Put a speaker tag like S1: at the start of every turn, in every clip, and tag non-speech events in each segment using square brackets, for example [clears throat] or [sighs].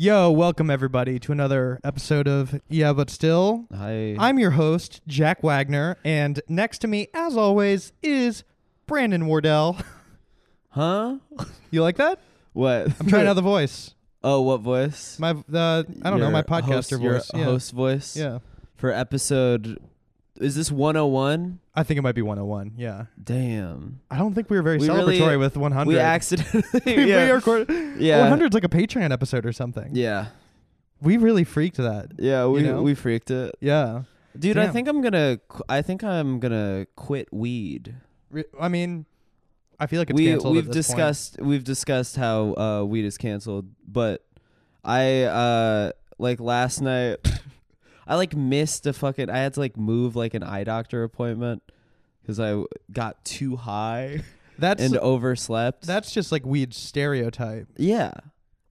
S1: Yo, welcome everybody to another episode of Yeah, but still.
S2: Hi.
S1: I'm your host, Jack Wagner, and next to me, as always, is Brandon Wardell. [laughs]
S2: huh?
S1: You like that?
S2: What?
S1: I'm trying another voice.
S2: [laughs] Oh, what voice?
S1: My uh, I don't know,
S2: Your
S1: my podcaster
S2: host, your
S1: voice. Yeah.
S2: Host voice.
S1: yeah.
S2: For episode, is this 101?
S1: I think it might be 101. Yeah.
S2: Damn.
S1: I don't think we were very
S2: We
S1: celebratory
S2: really-
S1: with 100.
S2: We accidentally.
S1: [laughs] We
S2: yeah.
S1: record-
S2: yeah.
S1: 100's like a Patreon episode or something.
S2: Yeah.
S1: We really freaked that.
S2: Yeah. We
S1: know?
S2: we freaked it,
S1: Yeah.
S2: dude. I
S1: Damn.
S2: think I'm gonna. qu- I think I'm gonna quit weed.
S1: Re- I mean, I feel like it's
S2: we
S1: canceled. at
S2: we've
S1: this point.
S2: discussed we've discussed how uh, weed is canceled, but I uh like last night [laughs] I like missed a fucking I had to like move like an eye doctor appointment because I w- got too high
S1: [laughs] That's
S2: and overslept.
S1: That's just like weed stereotype.
S2: yeah,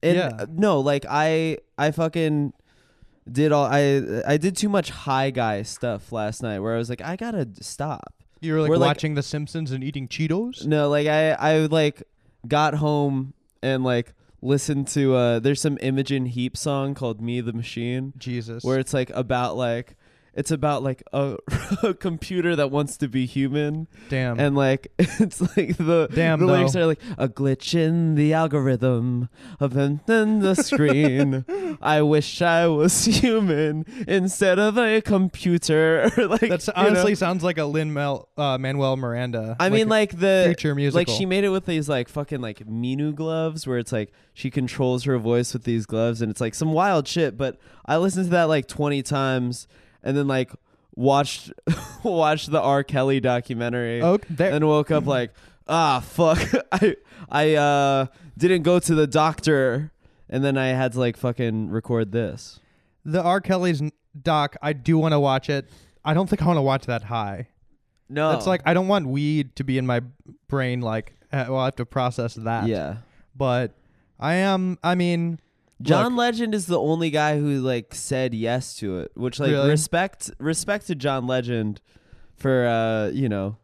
S2: and
S1: Yeah.
S2: uh, no, like I I fucking did all I I did too much high guy stuff last night where I was like I gotta d- stop.
S1: You were like
S2: We're, like-
S1: watching The Simpsons and eating Cheetos.
S2: No, like I I like got home and like listened to uh there's some Imogen Heap song called Me the Machine
S1: Jesus.
S2: where it's like about like it's about like a, [laughs] a computer that wants to be human
S1: Damn.
S2: and like [laughs] it's like the
S1: Damn,
S2: the lyrics
S1: though.
S2: are like a glitch in the algorithm of in in
S1: [laughs]
S2: the screen i wish i was human instead of a computer [laughs] like
S1: that's
S2: you know?
S1: honestly sounds like a Lin Mel uh, Manuel Miranda.
S2: I mean,
S1: a
S2: like the
S1: future musical.
S2: Like she made it with these like fucking like Minu gloves, where it's like she controls her voice with these gloves, and it's like some wild shit. But I listened to that like twenty times, and then like watched [laughs] watched the R. Kelly documentary,
S1: Oh, there-
S2: and woke up like ah fuck, [laughs] I I uh, didn't go to the doctor, and then I had to like fucking record this.
S1: the R. Kelly's n- doc. I do want to watch it. I don't think I want to watch that high.
S2: No,
S1: That's like I don't want weed to be in my brain. Like uh, well, I have to process that.
S2: yeah.
S1: But I am. I mean,
S2: John
S1: look,
S2: Legend is the only guy who like said yes to it, which like
S1: Really?
S2: respect respect to John Legend for uh, you know,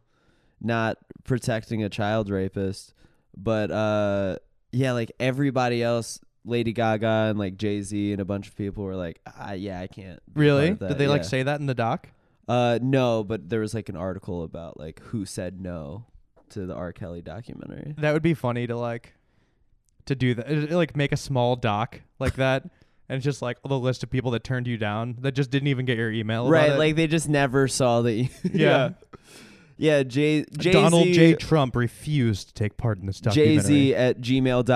S2: not protecting a child rapist, but uh yeah, like everybody else, Lady Gaga and like Jay-Z and a bunch of people were like, ah, yeah, I can't. be a part
S1: really,
S2: of that."
S1: did they like
S2: Yeah.
S1: say that in the doc?
S2: Uh no, but there was like an article about like who said no to the R. Kelly documentary.
S1: That would be funny to like to do that. uh, Like make a small doc like that,
S2: [laughs]
S1: and it's just like the list of people that turned you down that just didn't even get your email. about
S2: Right,
S1: it.
S2: like they just never saw the [laughs]
S1: Yeah.
S2: Yeah, Jay Jay-Z,
S1: Donald J. Trump refused to take part in this documentary.
S2: Jay Z at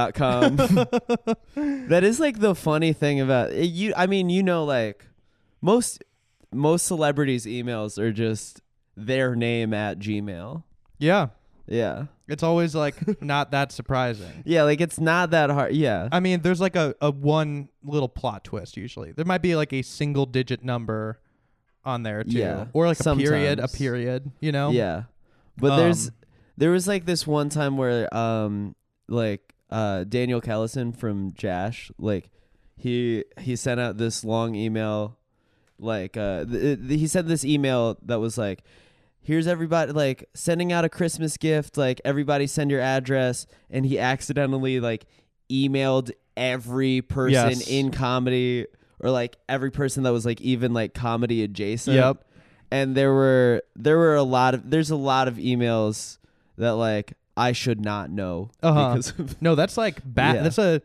S2: gmail.com. that is like the funny thing about it, you. I mean, you know, like most most celebrities' emails are just their name at Gmail.
S1: Yeah,
S2: Yeah,
S1: it's always like not that
S2: [laughs]
S1: surprising.
S2: yeah. Like it's not that hard. Yeah,
S1: I mean, there's like a, a one little plot twist usually. There might be like a single digit number on there too,
S2: Yeah,
S1: or like a period, a
S2: sometimes.
S1: period. You know?
S2: yeah. But there's
S1: Um,
S2: there was like this one time where um like uh Daniel Callison from Jash like he he sent out this long email like uh th- th- he sent this email that was like here's everybody like sending out a christmas gift like everybody send your address and he accidentally like emailed every person
S1: Yes.
S2: in comedy or like every person that was like even like comedy adjacent
S1: Yep.
S2: and there were there were a lot of there's a lot of emails that like i should not know
S1: Uh-huh.
S2: because of [laughs]
S1: No, that's like bad.
S2: Yeah.
S1: That's a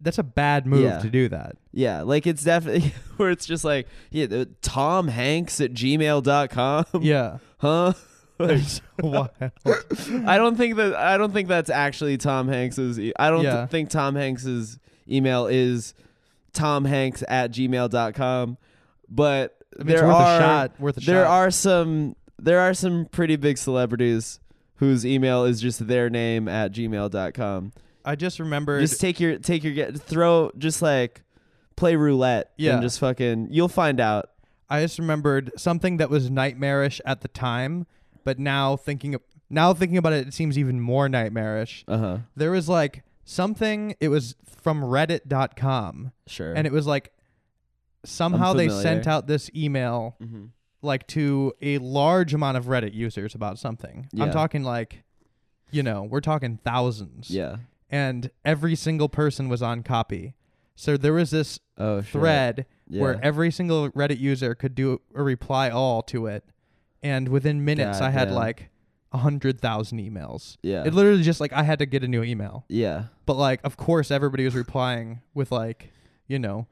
S1: that's a bad move
S2: Yeah.
S1: to do that.
S2: Yeah, like it's definitely [laughs] where it's just like, yeah, the, Tom Hanks at gmail.com.
S1: Yeah.
S2: Huh? [laughs] Like,
S1: That's [laughs] wild.
S2: I don't think that I don't think that's actually Tom Hanks's e- I don't th-
S1: Yeah.
S2: think Tom Hanks's email is Tom Hanks at gmail.com. But
S1: I mean,
S2: there
S1: it's worth
S2: are
S1: a shot. Worth a
S2: there
S1: shot.
S2: are some there are some pretty big celebrities whose email is just their name at gmail.com.
S1: I just remembered.
S2: Just take your take your get throw just like play roulette
S1: Yeah.
S2: and just fucking you'll find out.
S1: I just remembered something that was nightmarish at the time, but now thinking now thinking about it, it seems even more nightmarish.
S2: Uh huh.
S1: There was like something. It was from Reddit.com,
S2: Sure.
S1: and it was like somehow they
S2: familiar.
S1: sent out this email
S2: mm-hmm.
S1: like to a large amount of Reddit users about something. I'm
S2: Yeah.
S1: talking like, you know, we're talking thousands.
S2: Yeah.
S1: and every single person was on copy. So there was this
S2: Oh, shit.
S1: thread
S2: Yeah.
S1: where every single Reddit user could do a reply all to it, and within minutes I had
S2: Goddamn.
S1: like a hundred thousand emails.
S2: yeah.
S1: It literally just like I had to get a new email.
S2: yeah.
S1: But like, of course, everybody was replying with like, you know,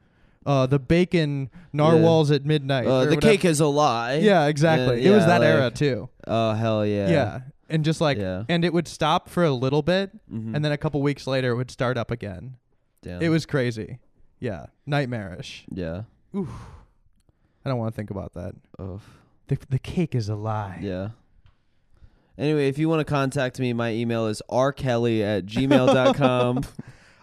S1: uh, the bacon narwhals at midnight.
S2: Uh,
S1: or
S2: the
S1: whatever.
S2: cake is a lie.
S1: Yeah, exactly.
S2: Uh,
S1: it was
S2: yeah,
S1: that
S2: like-
S1: era too.
S2: Oh hell yeah.
S1: Yeah. and just like,
S2: Yeah.
S1: and it would stop for a little bit,
S2: Mhm.
S1: and then a couple weeks later, it would start up again.
S2: Damn.
S1: It was crazy. Yeah, nightmarish.
S2: Yeah.
S1: I don't want to think about that.
S2: Oh.
S1: The, the cake is a lie.
S2: Yeah. Anyway, if you want to contact me, my email is rkelly
S1: [laughs]
S2: at gmail.com.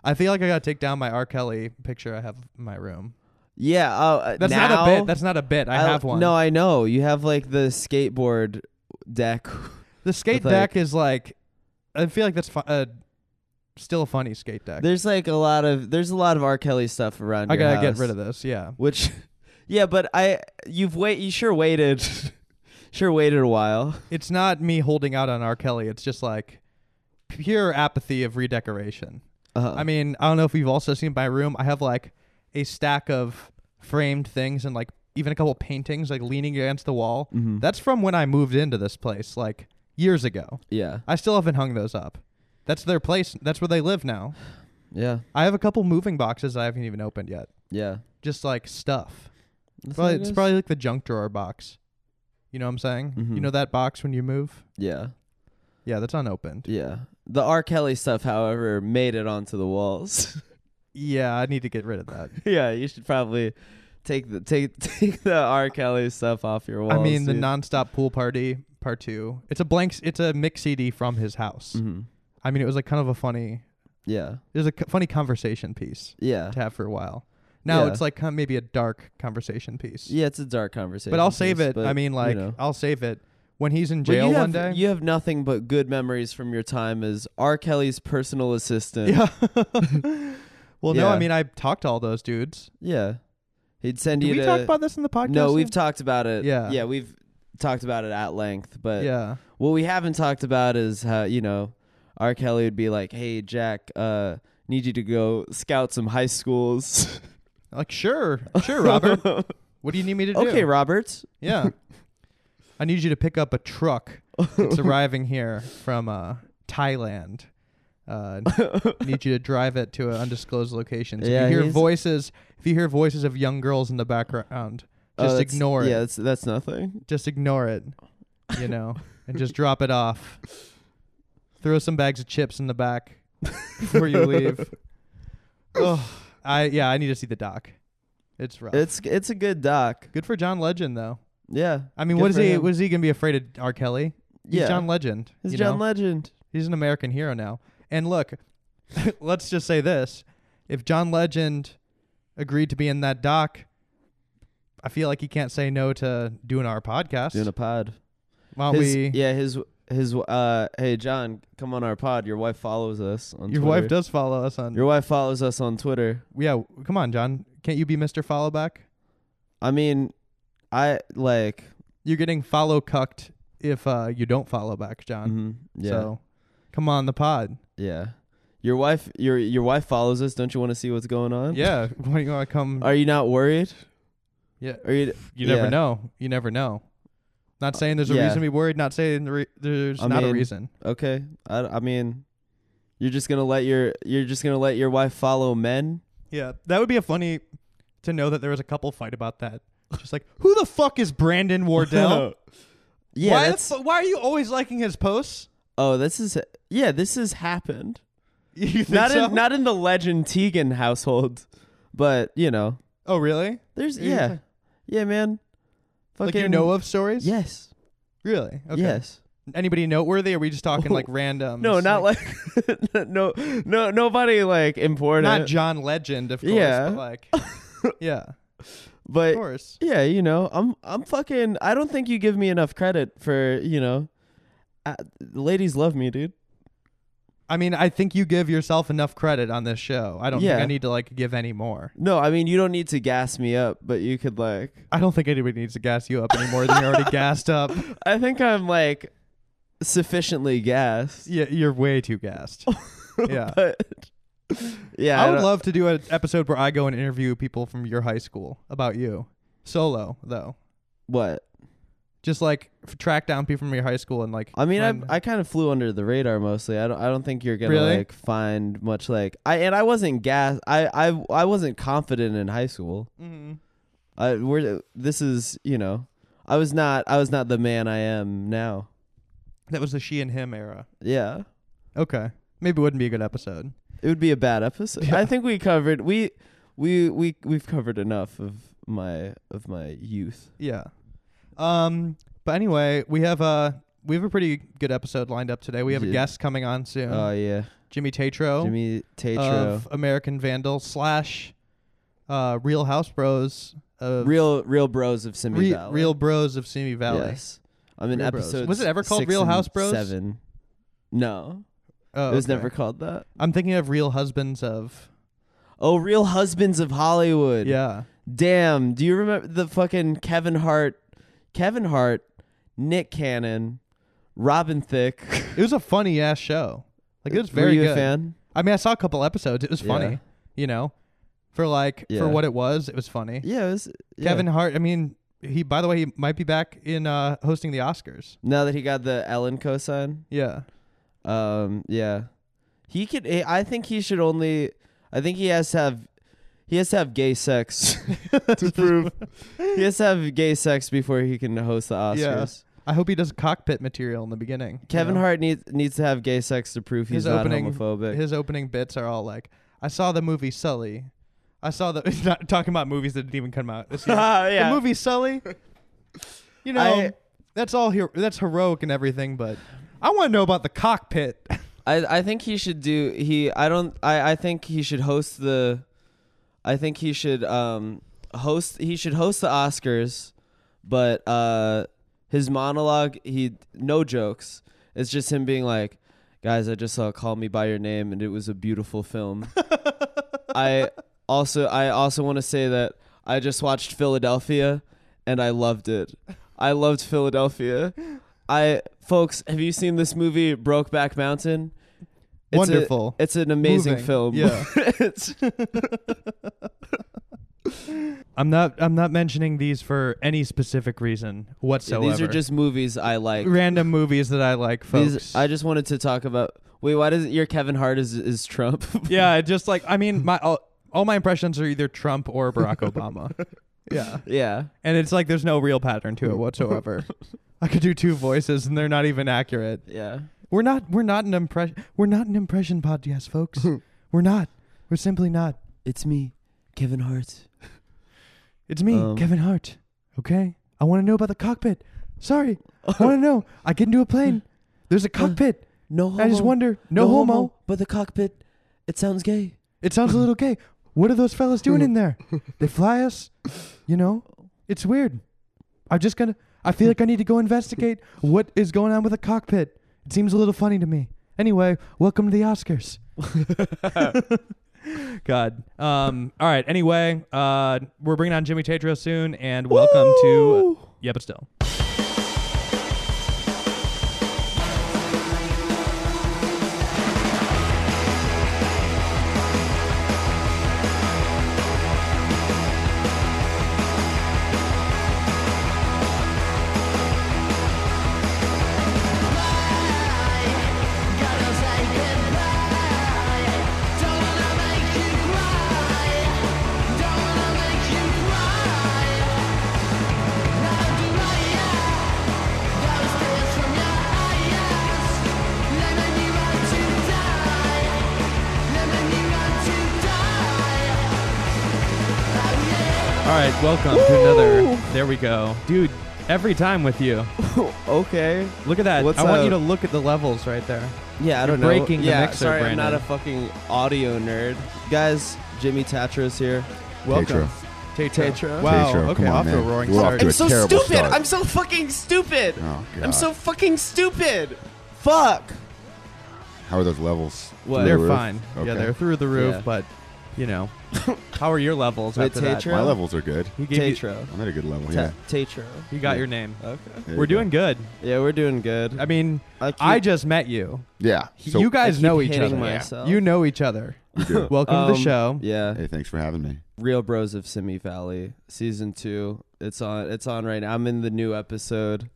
S1: I feel like I gotta take down my R. Kelly picture I have in my room.
S2: yeah. Oh, uh,
S1: That's
S2: now,
S1: not a bit. That's not a bit. I,
S2: I-
S1: have one.
S2: No, I know. You have like the skateboard deck.
S1: the skate
S2: it's like-
S1: deck is like, I feel like that's fu- uh, still a funny skate deck.
S2: There's like a lot of there's a lot of R. Kelly stuff around.
S1: I
S2: your
S1: gotta
S2: house,
S1: get rid of this. Yeah.
S2: Which, [laughs] yeah, but I you've wait you sure waited, [laughs] sure waited a while.
S1: It's not me holding out on R. Kelly. It's just like pure apathy of redecoration.
S2: Uh,
S1: I mean, I don't know if you've also seen my room. I have like a stack of framed things and like even a couple paintings like leaning against the wall.
S2: Mhm.
S1: That's from when I moved into this place like years ago.
S2: yeah,
S1: I still haven't hung those up. That's their place. That's where they live now.
S2: yeah,
S1: I have a couple moving boxes I haven't even opened yet.
S2: yeah.
S1: Just like stuff.
S2: That's
S1: Probably,
S2: what it
S1: it's
S2: is.
S1: probably like the junk drawer box. You know what I'm saying? You
S2: Mhm.
S1: know that box when you move?
S2: yeah,
S1: Yeah, that's unopened.
S2: yeah. The R. Kelly stuff, however, made it onto the walls. [laughs]
S1: Yeah, I need to get rid of that.
S2: yeah, you should probably take the take [laughs] take the R. Kelly stuff off your walls.
S1: I mean, the
S2: dude.
S1: nonstop pool party part two. It's a blank. s- It's a mix CD from his house.
S2: Mhm.
S1: I mean, it was like kind of a funny.
S2: Yeah,
S1: It was a c- funny conversation piece
S2: yeah,
S1: to have for a while. Now
S2: Yeah.
S1: it's like kind of maybe a dark conversation piece.
S2: yeah. It's a dark conversation,
S1: but I'll save
S2: piece,
S1: it.
S2: but,
S1: I mean,
S2: you
S1: like
S2: know.
S1: I'll save it when he's in
S2: But
S1: jail
S2: you
S1: one day.
S2: have- You have nothing but good memories from your time as R. Kelly's personal assistant.
S1: [laughs] yeah. well, no, I
S2: Yeah.
S1: mean I talked to all those dudes.
S2: Yeah. He'd send
S1: Did
S2: you
S1: we
S2: to.
S1: talk about this in the podcast?
S2: no, we've
S1: yet?
S2: talked about it.
S1: Yeah.
S2: Yeah, we've talked about it at length. But
S1: yeah.
S2: what we haven't talked about is how, you know, R. Kelly would be like, hey, Jack, uh, need you to go scout some high schools.
S1: Like sure, [laughs] sure,
S2: [laughs]
S1: Robert. what do you need me to do?
S2: okay, Robert.
S1: Yeah. I need you to pick up a truck that's
S2: [laughs]
S1: arriving here from uh, Thailand.
S2: [laughs]
S1: Uh, need you to drive it to an undisclosed location. So
S2: Yeah,
S1: if you hear
S2: he's-
S1: voices, if you hear voices of young girls in the background,
S2: Oh,
S1: just
S2: that's-
S1: ignore it.
S2: Yeah, that's, that's nothing.
S1: Just ignore it, you know, and just drop it off. Throw some bags of chips in the back before you
S2: [laughs]
S1: leave. Ugh. I yeah, I need to see the doc. It's rough.
S2: It's it's a good doc.
S1: Good for John Legend though.
S2: Yeah.
S1: I mean,
S2: Good
S1: what is
S2: for
S1: he?
S2: him.
S1: What is he gonna be afraid of? R. Kelly? He's
S2: yeah.
S1: John Legend.
S2: He's
S1: you
S2: John
S1: know?
S2: Legend.
S1: He's an American hero now. And look, [laughs] let's just say this: if John Legend agreed to be in that doc, I feel like he can't say no to doing our podcast.
S2: Doing a pod.
S1: Why don't
S2: His-
S1: we?
S2: Yeah, his his uh hey John, come on our pod. Your wife follows us on
S1: your
S2: Twitter.
S1: wife does follow us on.
S2: Your wife follows us on Twitter.
S1: yeah, w- come on, John. Can't you be Mister Followback?
S2: I mean, I like
S1: You're getting follow cucked if uh, you don't follow back, John.
S2: mhm, yeah.
S1: Um, So, come on the pod.
S2: Yeah. Your wife your your wife follows us. Don't you want to see what's going on?
S1: Yeah, [laughs] why do you want to come?
S2: Are you not worried?
S1: Yeah.
S2: Are you
S1: You never
S2: yeah. Uh,
S1: know. You never know. Not saying there's a
S2: yeah.
S1: reason to be worried. Not saying the re- there's
S2: I
S1: not a
S2: mean-
S1: reason.
S2: Okay. I I mean, you're just going to let your you're just going to let your wife follow men?
S1: Yeah, that would be a funny to know that there was a couple fight about
S2: [laughs]
S1: that. Just like who the fuck is Brandon Wardell?
S2: yeah.
S1: why, the
S2: that's-
S1: fu- why are you always liking his posts? [laughs]
S2: oh, this is Yeah, this has happened.
S1: You think
S2: Not
S1: so?
S2: in not in the legend Tegan household, but, you know,
S1: oh really?
S2: There's
S1: Yeah, you're
S2: yeah,
S1: fine.
S2: yeah, man.
S1: Like
S2: Fucking
S1: you know of stories?
S2: yes,
S1: really. Okay.
S2: yes.
S1: Anybody noteworthy? Or are we just talking like random?
S2: [laughs] No, not like [laughs] no, no, nobody like important.
S1: not John Legend, of course.
S2: Yeah.
S1: but like
S2: [laughs]
S1: yeah, of
S2: but
S1: course.
S2: yeah, you know, I'm I'm fucking. I don't think you give me enough credit for you know. Uh, ladies love me, dude.
S1: I mean, I think you give yourself enough credit on this show. I don't think
S2: Yeah.
S1: I need to like give any more.
S2: No, I mean you don't need to gas me up, but you could like.
S1: I don't think anybody needs to gas you up any more than you're
S2: [laughs]
S1: already gassed up.
S2: I think I'm like sufficiently gassed.
S1: Yeah, you're way too gassed. yeah.
S2: [laughs] But yeah,
S1: I would
S2: don't-
S1: love to do an episode where I go and interview people from your high school about you. Solo, though.
S2: what.
S1: Just like f- track down people from your high school and like.
S2: I mean,
S1: find-
S2: I I kind of flew under the radar mostly. I don't I don't think you're gonna
S1: Really?
S2: like find much like I and I wasn't gas. I I I wasn't confident in high school.
S1: Mhm.
S2: I we're this is you know I was not I was not the man I am now.
S1: Mm-hmm. That was the she and him era.
S2: Yeah,
S1: Okay. Maybe it wouldn't be a good episode.
S2: it would be a bad episode.
S1: Yeah.
S2: I think we covered we we we we've covered enough of my of my youth.
S1: Yeah. Um. But anyway, we have a we have a pretty good episode lined up today. We have a
S2: Yeah.
S1: guest coming on soon.
S2: Oh yeah,
S1: Jimmy Tatro,
S2: Jimmy Tatro,
S1: of American Vandal slash uh, Real House Bros of
S2: real real bros of Simi
S1: Re-
S2: Valley.
S1: Real Bros of Simi Valley.
S2: Yes. I'm in
S1: Real Bros.
S2: episode.
S1: Was it ever called
S2: six
S1: Real
S2: and
S1: House Bros?
S2: Seven. No,
S1: Oh,
S2: it was
S1: okay.
S2: never called that.
S1: I'm thinking of Real Husbands of.
S2: Oh, Real Husbands of Hollywood.
S1: Yeah.
S2: Damn. Do you remember the fucking Kevin Hart, Kevin Hart, Nick Cannon, Robin Thicke?
S1: It was a funny ass show. Like it was
S2: Were
S1: very
S2: you
S1: good.
S2: a fan?
S1: I mean, I saw a couple episodes. It was funny.
S2: Yeah.
S1: You know, for like
S2: Yeah.
S1: for what it was, it was funny.
S2: Yeah, it was yeah.
S1: Kevin Hart. I mean, he. By the way, he might be back in uh, hosting the Oscars.
S2: Now that he got the Ellen cosign,
S1: Yeah.
S2: um, yeah, he could. I I think he should only. I think he has to have. He has to have gay sex [laughs]
S1: [laughs]
S2: to prove. he has to have gay sex before he can host the Oscars.
S1: Yeah. I hope he does cockpit material in the beginning. you
S2: Kevin
S1: know?
S2: Hart needs needs to have gay sex to prove he's
S1: His
S2: not
S1: opening-
S2: homophobic. [laughs]
S1: His opening bits are all like, "I saw the movie Sully." I saw the [laughs] It's not talking about movies that didn't even come out this year.
S2: [laughs] Yeah.
S1: The movie Sully. You know,
S2: I-
S1: that's all here. That's heroic and everything, but I want to know about the cockpit.
S2: I I think he should do he I don't I I think he should host the I think he should um host he should host the Oscars but uh his monologue he no jokes it's just him being like guys I just saw Call Me by Your Name and it was a
S1: [laughs]
S2: beautiful film I also I also want to say that I just watched Philadelphia and I loved it I loved
S1: [laughs]
S2: Philadelphia I folks have you seen this movie Brokeback Mountain It's a-
S1: Wonderful.
S2: it's an amazing
S1: Moving.
S2: film.
S1: Yeah.
S2: [laughs] It's-
S1: I'm not. I'm not mentioning these for any specific reason whatsoever.
S2: these are just movies I like.
S1: random movies that I like, folks.
S2: These, [laughs] I just wanted to talk about. Wait, why does your Kevin Hart is is Trump? [laughs]
S1: yeah, it just like I mean, my all, all my impressions are either Trump or [laughs] Barack Obama. [laughs] yeah,
S2: yeah.
S1: and it's like there's no real pattern to it [laughs] whatsoever. I could do two voices, and they're not even accurate.
S2: Yeah.
S1: We're not. We're not an impression. We're not an impression podcast, [laughs] folks. we're not. We're simply not.
S2: It's me,
S1: [laughs]
S2: Kevin Hart.
S1: It's me,
S2: Um,
S1: Kevin Hart. Okay, I want to know about the cockpit. Sorry, I [laughs] want to know. I get into a plane. There's a [laughs] cockpit.
S2: [laughs] No homo.
S1: I just wonder. No, homo.
S2: But the cockpit, it sounds gay.
S1: It sounds a little gay. What are those fellas doing in there? They fly us. You know, it's weird. I'm just gonna. I feel like I need to go investigate what is going on with the cockpit. It seems a little funny to me. Anyway, welcome to the Oscars. [laughs] God. Um. All right. Anyway, uh, we're bringing on Jimmy Tatro soon, and welcome to. Yeah, but still. All right. Welcome to another. There we go, dude. Every time with you. [laughs]
S2: okay.
S1: Look at that.
S2: What's
S1: I want
S2: up?
S1: you to look at the levels right there.
S2: Yeah, I don't know.
S1: breaking the
S2: yeah,
S1: mixer,
S2: sorry, I'm not
S1: Brandon.
S2: a fucking audio nerd. Guys, Jimmy Tatra's here. Welcome.
S1: Tatro.
S2: Tatro.
S1: Wow.
S3: Tatro,
S1: okay.
S3: come on,
S1: off to a
S3: man.
S1: roaring
S3: We're off
S1: start.
S3: to
S2: I'm
S3: a
S2: so
S3: terrible
S2: stupid.
S3: start.
S2: I'm so fucking stupid.
S3: Oh,
S2: I'm
S3: God.
S2: so fucking stupid. Fuck.
S3: How are those levels?
S2: What?
S3: Through the
S1: They're
S3: roof?
S1: fine. Yeah,
S3: Okay.
S1: they're through the roof,
S2: Yeah.
S1: but you know,
S2: [laughs]
S1: how are your levels
S2: Wait,
S1: after that?
S2: Tatro?
S3: My levels are good.
S1: He gave you,
S2: Tatro. Uh,
S3: I'm at a good level.
S2: Ta-
S3: Yeah.
S2: Tatro.
S1: you got your name.
S2: Okay.
S3: There you
S1: We're
S3: go.
S1: doing good.
S2: Yeah, we're doing good.
S1: I mean,
S2: I keep-
S1: I just met you.
S3: Yeah. So
S1: you guys
S2: I keep
S1: know each
S2: hitting
S1: other.
S2: myself.
S1: You know each other.
S2: [laughs]
S3: We do.
S1: Welcome to the
S2: Um,
S1: show.
S2: Yeah.
S3: hey, thanks for having me.
S2: Real Bros of Simi Valley, season two. It's on. It's on right now. I'm in the new episode.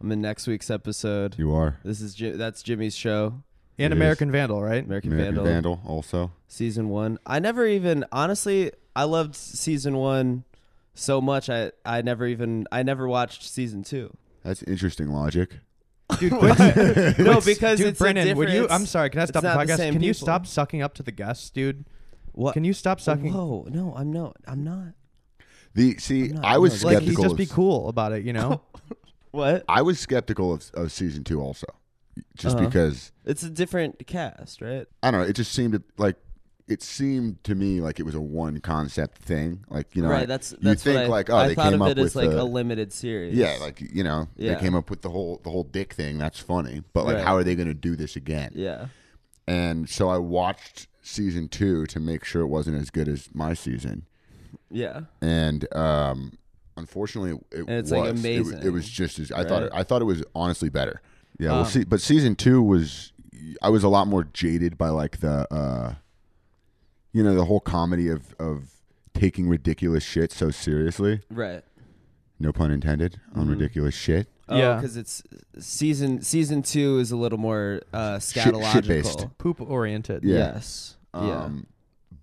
S2: I'm in next week's episode.
S3: You are
S2: This is Ji- that's Jimmy's show,
S1: And
S3: It is.
S1: American Vandal, right?
S2: American,
S3: American
S2: Vandal,
S3: Vandal, also.
S2: season one. I never even honestly. I loved season one so much. I I never even I never watched season
S3: [laughs]
S2: two.
S3: That's interesting logic.
S2: [laughs]
S1: Dude, quit.
S2: no, because
S1: dude,
S2: it's a
S1: Brennan, would you?
S2: difference.
S1: I'm sorry. Can I
S2: it's
S1: stop the
S2: not
S1: podcast?
S2: the
S1: can
S2: same
S1: you
S2: people.
S1: stop sucking up to the guests, dude?
S2: What?
S1: Can you stop sucking?
S2: Whoa, no, I'm not. I'm not.
S3: The see,
S2: I'm not-
S3: I was
S2: I'm not-
S1: Like,
S3: skeptical.
S1: you just
S3: of-
S1: be cool about it, you [laughs] know?
S2: What?
S3: I was skeptical of, of season two also, just
S2: Uh-huh.
S3: because
S2: It's a different cast, right?
S3: I don't know. It just seemed to- like it seemed to me like it was a one concept thing. Like you know,
S2: right.
S3: like,
S2: That's
S3: you
S2: that's
S3: think
S2: what I,
S3: like oh
S2: I
S3: they
S2: thought of
S3: came up
S2: it
S3: with
S2: as like
S3: the-
S2: a limited series.
S3: yeah, like you know
S2: Yeah.
S3: they came up with the whole the whole dick thing. That's funny, but like
S2: Right.
S3: how are they going to do this again?
S2: yeah.
S3: And so I watched season two to make sure it wasn't as good as my season,
S2: Yeah.
S3: and um, unfortunately, it
S2: And it's,
S3: was
S2: like,
S3: It w- It,
S2: amazing,
S3: was just as I thought.
S2: right?
S3: It, I thought it was honestly better. Yeah,
S1: Um,
S3: we'll see. But season two was I was a lot more jaded by like the uh, you know the whole comedy of of taking ridiculous shit so seriously.
S2: Right.
S3: No pun intended on
S2: Mm-hmm.
S3: ridiculous shit.
S2: Oh,
S1: Yeah.
S2: because it's season season two is a little more uh,
S3: shit
S2: scatological.
S3: based.
S1: Poop oriented.
S3: Yeah.
S2: Yes. yeah.
S3: Um,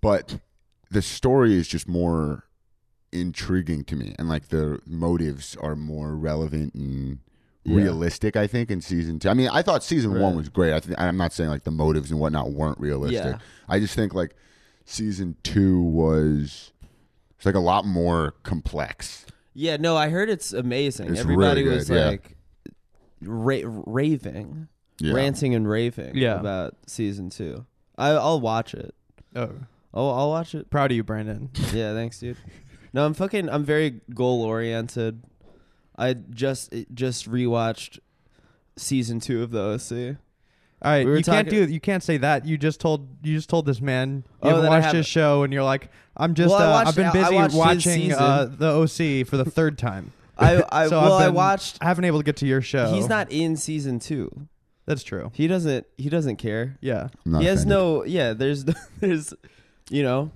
S3: But the story is just more intriguing to me, and like the motives are more relevant and
S2: Yeah.
S3: realistic. I think in season two. I mean, I thought season
S2: Right.
S3: one was great. I th- I'm not saying like the motives and whatnot weren't realistic.
S2: Yeah.
S3: I just think like season two was it's like a lot more complex.
S2: Yeah. No, I heard it's amazing.
S3: It's
S2: Everybody
S3: really
S2: was
S3: good, yeah.
S2: like ra- raving,
S3: Yeah.
S2: ranting and raving
S1: Yeah.
S2: about season two. I, I'll watch it.
S1: Oh,
S2: I'll, I'll watch it.
S1: proud of you, Brandon.
S2: Yeah, thanks, dude. No, I'm fucking. I'm very goal oriented. I just it- just rewatched season two of the OC.
S1: All right,
S2: We were
S1: you can't
S2: talking-
S1: do you can't say that. You just told you just told this man you
S2: Oh,
S1: haven't
S2: that I
S1: watched
S2: haven't.
S1: his show and you're like, I'm just
S2: Well, I
S1: uh, I've
S2: watched-
S1: been
S2: I- I
S1: busy
S2: watched his
S1: watching
S2: season.
S1: uh, the OC for the third time.
S2: [laughs] I I
S1: So I've
S2: well I
S1: been-
S2: watched.
S1: I haven't able to get to your show.
S2: He's not in season two.
S1: That's true.
S2: He doesn't. He doesn't care.
S1: Yeah.
S3: I'm not
S2: he has
S3: offended.
S2: no. Yeah. There's [laughs] there's, you know,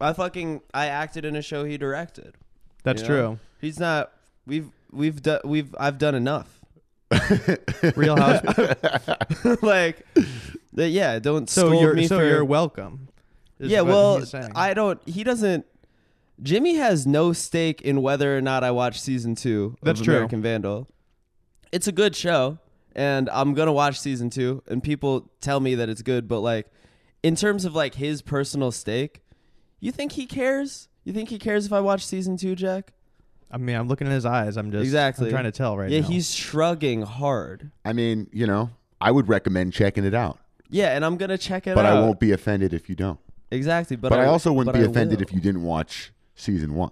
S2: I fucking I acted in a show he directed.
S1: That's
S2: Yeah. [laughs]
S1: true.
S2: He's not. We've we've done we've I've done enough. [laughs]
S1: Real House.
S2: like, [laughs] th- yeah. Don't
S1: so
S2: scold
S1: you're
S2: me
S1: so
S2: for
S1: you're welcome. is
S2: yeah,
S1: what
S2: well,
S1: he's saying.
S2: I don't. He doesn't. Jimmy has no stake in whether or not I watch season two
S1: That's
S2: of
S1: true.
S2: American Vandal. It's a good show, and I'm gonna watch season two. And people tell me that it's good, but like, in terms of like his personal stake, you think he cares? You think he cares if I watch season two, Jack?
S1: I mean, I'm looking in his eyes. I'm just
S2: Exactly.
S1: I'm trying to tell right
S2: yeah,
S1: now.
S2: he's shrugging hard.
S3: I mean, you know, I would recommend checking it out,
S2: Yeah, and I'm gonna check it
S3: but
S2: out.
S3: I won't be offended if you don't.
S2: Exactly, Uh, but,
S3: But, I also wouldn't
S2: but
S3: be
S2: I
S3: offended
S2: will.
S3: if you didn't watch season one.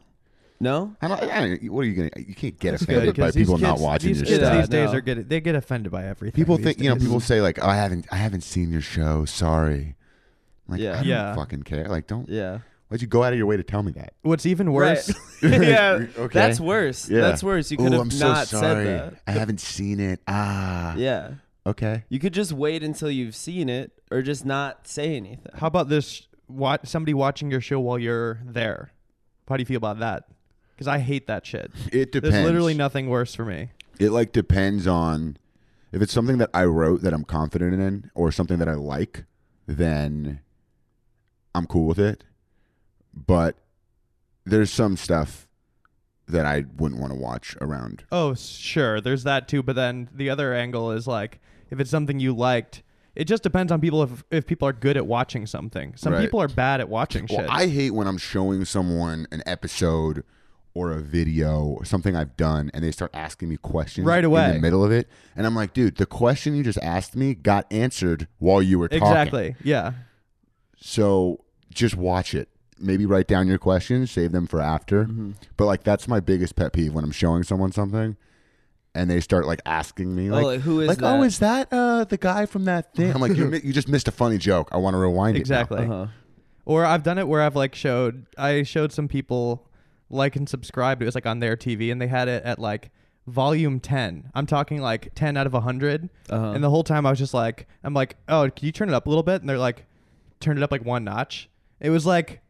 S2: No,
S3: I don't, I don't, what are you gonna? You can't get
S1: That's good,
S3: offended by
S1: 'cause these
S3: people not
S1: kids-
S3: watching
S1: these
S3: your
S1: kids
S3: stuff.
S2: Yeah,
S1: These days
S2: no.
S1: are get they get offended by everything.
S3: people
S1: these
S3: think you know.
S1: days.
S2: [laughs]
S3: People say like, "Oh, I haven't, I haven't seen your show. Sorry." I'm Like,
S2: Yeah.
S3: I don't
S1: Yeah.
S3: fucking care. Like, don't.
S2: yeah.
S3: Why'd you go out of your way to tell me that?
S1: What's even worse. [laughs]
S2: [laughs]
S3: [laughs]
S2: Right. yeah,
S3: Okay.
S2: that's worse.
S3: Yeah.
S2: That's worse. You could
S3: Ooh,
S2: have
S3: I'm
S2: not
S3: so
S2: said
S3: sorry.
S2: that.
S3: I haven't seen it. Ah.
S2: Yeah,
S3: Okay.
S2: you could just wait until you've seen it, or just not say anything.
S1: How about this? What somebody watching your show while you're there? How do you feel about that? Because I hate that shit.
S3: It depends.
S1: There's literally nothing worse for me.
S3: It like depends on if it's something that I wrote that I'm confident in, or something that I like, then I'm cool with it. But there's some stuff that I wouldn't want to watch around
S1: Oh, s- sure, there's that too. But then the other angle is like, if it's something you liked, it just depends on people if if people are good at watching something. Some
S3: Right.
S1: people are bad at watching
S3: Well,
S1: shit.
S3: I hate when I'm showing someone an episode or a video or something I've done, and they start asking me questions
S1: Right away.
S3: in the middle of it, and I'm like, dude, the question you just asked me got answered while you were talking.
S1: exactly. Yeah.
S3: So just watch it. Maybe write down your questions, save them for after. But like, that's my biggest pet peeve when I'm showing someone something, and they start like asking me,
S2: Oh,
S3: like.
S2: like, who is
S3: like
S2: that?
S3: oh, is that uh, the guy from that thing? [laughs] I'm like, you, mi- you just missed a funny joke. I want to rewind [laughs]
S1: Exactly.
S2: uh-huh.
S1: Or I've done it where I've like showed I showed some people like and subscribed. It was like on their TV and they had it at like volume 10. I'm talking like 10 out of 100.
S2: Uh-huh.
S1: And the whole time I was just like I'm like, "Oh, can you turn it up a little bit?" And they're like turned it up like one notch. It was like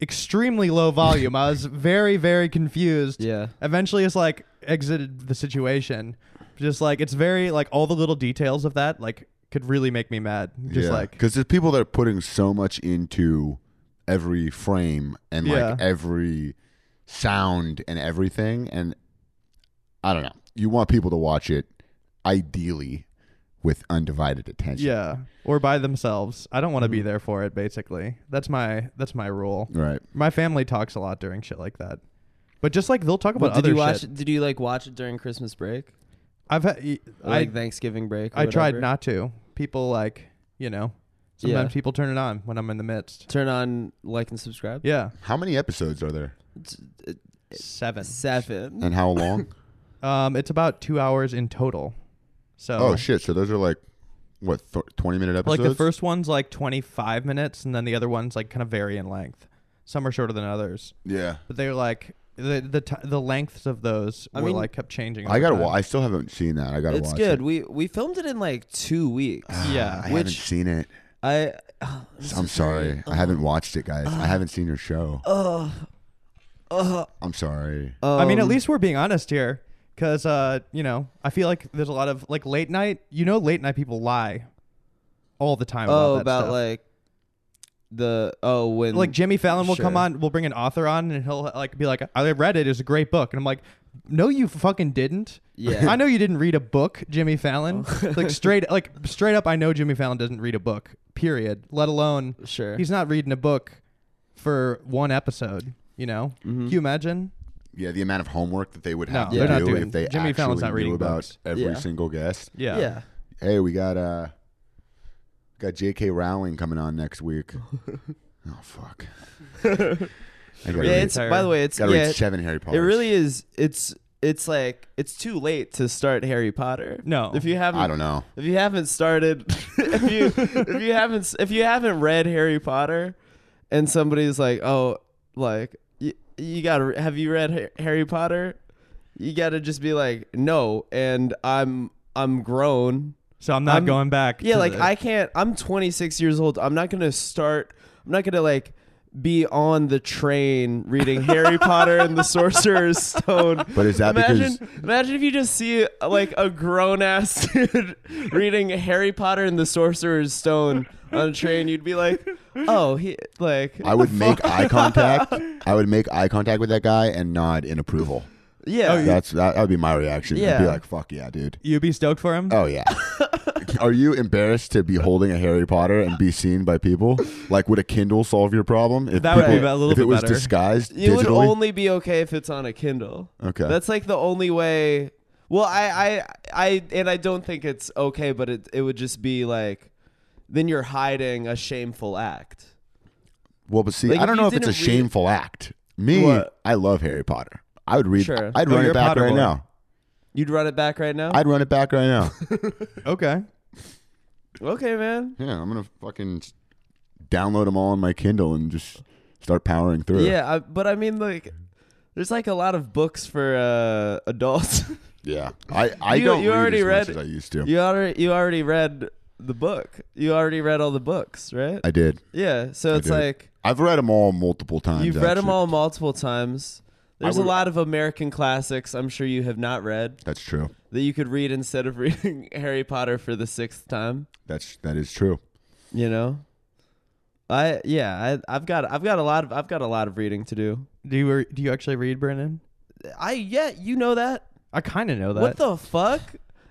S1: extremely low
S2: [laughs]
S1: volume. I was very, very confused.
S2: Yeah.
S1: Eventually, it's like exited the situation. Just like it's very like all the little details of that like could really make me mad. Just like
S3: because there's people that are putting so much into every frame and
S1: Yeah.
S3: like every sound and everything, and I don't know. You want people to watch it ideally with undivided attention.
S1: yeah, or by themselves. I don't want to
S2: Mm-hmm.
S1: be there for it. Basically, that's my that's my rule.
S3: Right.
S1: My family talks a lot during shit like that, but just like they'll talk about
S2: Well, did
S1: other
S2: you watch?
S1: shit.
S2: Did you like watch it during Christmas break?
S1: I've had
S2: Or,
S1: I
S2: like Thanksgiving break. or
S1: I tried
S2: whatever?
S1: not to. People like you know
S2: Yeah.
S1: sometimes people turn it on when I'm in the midst.
S2: Turn on like and subscribe.
S1: Yeah,
S3: How many episodes are there,
S1: seven.
S2: Seven.
S3: and how long?
S1: Um, it's about two hours in total. So
S3: [laughs] oh shit! So those are like what th- twenty minute episodes?
S1: Like the first one's like 25 minutes, and then the other ones like kind of vary in length. Some are shorter than others,
S3: Yeah.
S1: but they're like the the t- the lengths of those
S2: I
S1: were
S2: mean-
S1: like kept changing.
S3: I
S1: over
S3: gotta.
S1: time.
S3: Wa- I still haven't seen that. I gotta
S2: It's
S3: watch
S2: good.
S3: it.
S2: We we filmed it in like two weeks.
S1: [sighs] Yeah.
S3: I
S1: I
S3: haven't
S2: which
S3: seen it.
S2: I. [sighs] oh, I'm so
S3: I'm sorry. I
S1: Uh-huh.
S3: haven't watched it, guys. I haven't seen your show.
S2: Oh.
S1: Uh-huh.
S2: Oh.
S3: I'm sorry.
S1: I mean, at
S2: Um,
S1: least we're being honest here, because uh, you know, I feel like there's a lot of like late night. You know, late night people lie all the time. about,
S2: Oh,
S1: that
S2: about
S1: stuff.
S2: like the oh when
S1: like Jimmy Fallon will come
S2: Sure.
S1: on, we'll bring an author on, and he'll like be like, "I read it. It's a great book," and I'm like, "No, you fucking didn't.
S2: Yeah. Oh.
S1: I know you didn't read a book, Jimmy Fallon. like straight, like straight up, I know Jimmy Fallon doesn't read a book. Period. Let alone
S2: sure
S1: he's not reading a book for one episode. You know?
S2: Mm-hmm.
S1: Can you imagine?
S3: Yeah, the amount of homework that they would have
S1: No,
S3: to
S2: they're not
S3: do
S1: doing-
S3: if they
S1: Jimmy
S3: actually
S1: Fallon's not
S3: knew
S1: reading
S3: about
S1: books.
S3: every
S2: Yeah.
S3: single guest.
S1: Yeah.
S2: yeah
S3: Hey, we got uh got J.K. Rowling coming on next
S1: [laughs]
S3: week. oh fuck. I gotta
S2: yeah
S3: read,
S2: it's by the way it's
S3: gotta
S2: yeah
S3: read seven Harry
S2: it
S3: Potter.
S2: really is it's it's like it's too late to start Harry Potter
S1: No.
S2: if you haven't
S3: I don't know.
S2: if you haven't started [laughs] if you if you haven't s- if you haven't read Harry Potter and somebody's like oh like you, you gotta re- have you read Ha- Harry Potter you gotta just be like no and I'm I'm grown
S1: So I'm not
S2: I'm-
S1: going back.
S2: Yeah,
S1: to
S2: like
S1: the-
S2: I can't. I'm 26 years old. I'm not gonna start. I'm not gonna like be on the train reading
S3: [laughs]
S2: Harry Potter and the Sorcerer's Stone.
S3: But is that
S2: imagine?
S3: because
S2: Imagine if you just see like a grown ass [laughs] dude reading Harry Potter and the Sorcerer's Stone on a train. You'd be like, oh, he like
S3: I would make eye contact. I would make eye contact with that guy and nod in approval.
S2: yeah.
S3: That's that, that would be my reaction. I'd be
S2: Yeah.
S3: like, "Fuck yeah, dude."
S1: You'd be stoked for him.
S3: Oh
S2: [laughs]
S3: yeah. Are you embarrassed to be holding a Harry Potter and be seen by people? Like, would a Kindle solve your problem? If
S1: That would
S3: people-
S1: be a little
S3: if it
S1: bit
S3: was
S1: better.
S3: disguised
S2: It would
S3: digitally?
S2: only be okay if it's on a Kindle.
S3: Okay.
S2: That's like the only way. Well, I, I, I, and I don't think it's okay, but it, it would just be like, then you're hiding a shameful act.
S3: well, but see,
S2: Like,
S3: I
S2: if
S3: don't
S2: you
S3: know if it's a
S2: didn't read-
S3: shameful act. Me,
S2: What?
S3: I love Harry Potter. I would read.
S2: Sure.
S3: I'd
S1: Oh,
S3: run
S1: you're
S3: it
S1: a
S3: back
S1: Potter
S3: right
S1: boy.
S3: now.
S2: You'd run it back right now.
S3: I'd run it back right now.
S1: Okay.
S2: okay, man.
S3: yeah, I'm gonna fucking s- download them all on my Kindle and just start powering through.
S2: Yeah, I, but I mean, like, there's like a lot of books for uh, adults. [laughs]
S3: yeah. I, I
S2: You-
S3: don't.
S2: you
S3: read
S2: already
S3: as much
S2: read-
S3: as I used to.
S2: you already, you already read the book. You already read all the books, right?
S3: I did.
S2: yeah. So
S3: I
S2: it's
S3: did.
S2: like
S3: I've read them all multiple times.
S2: you've read them
S3: actually.
S2: all multiple times. There's
S3: would-
S2: a lot of American classics I'm sure you have not read.
S3: That's true.
S2: that you could read instead of [laughs] reading Harry Potter for the sixth time.
S3: That's that is true.
S2: You know, I yeah, I, I've got I've got a lot of I've got a lot of reading to do.
S1: Do you re- do you actually read, Brennan?
S2: I yeah, you know that.
S1: I kind of know that.
S2: What the fuck?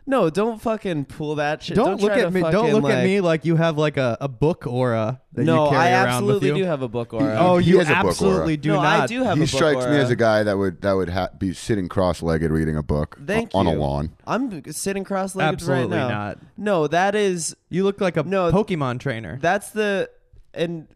S2: No, don't fucking pull that shit.
S1: don't,
S2: Don't,
S1: look
S2: try to
S1: at me. Don't
S2: fucking,
S1: look at
S2: like-
S1: me like you have like a, a book aura that
S2: No,
S1: you carry
S2: I
S1: around with
S2: absolutely
S1: you.
S2: do have a book aura.
S1: Oh,
S3: He
S1: you
S3: has a book
S1: absolutely
S3: aura.
S1: do
S2: no,
S1: not.
S2: I do have.
S3: he
S2: a book
S3: strikes me
S2: aura.
S3: as a guy that would that would ha- be sitting cross-legged reading a book
S2: Thank
S3: o- on a
S2: you.
S3: lawn.
S2: I'm sitting cross-legged
S1: Absolutely
S2: right now.
S1: not.
S2: No, that is
S1: You look like a
S2: No,
S1: Pokemon trainer.
S2: that's the and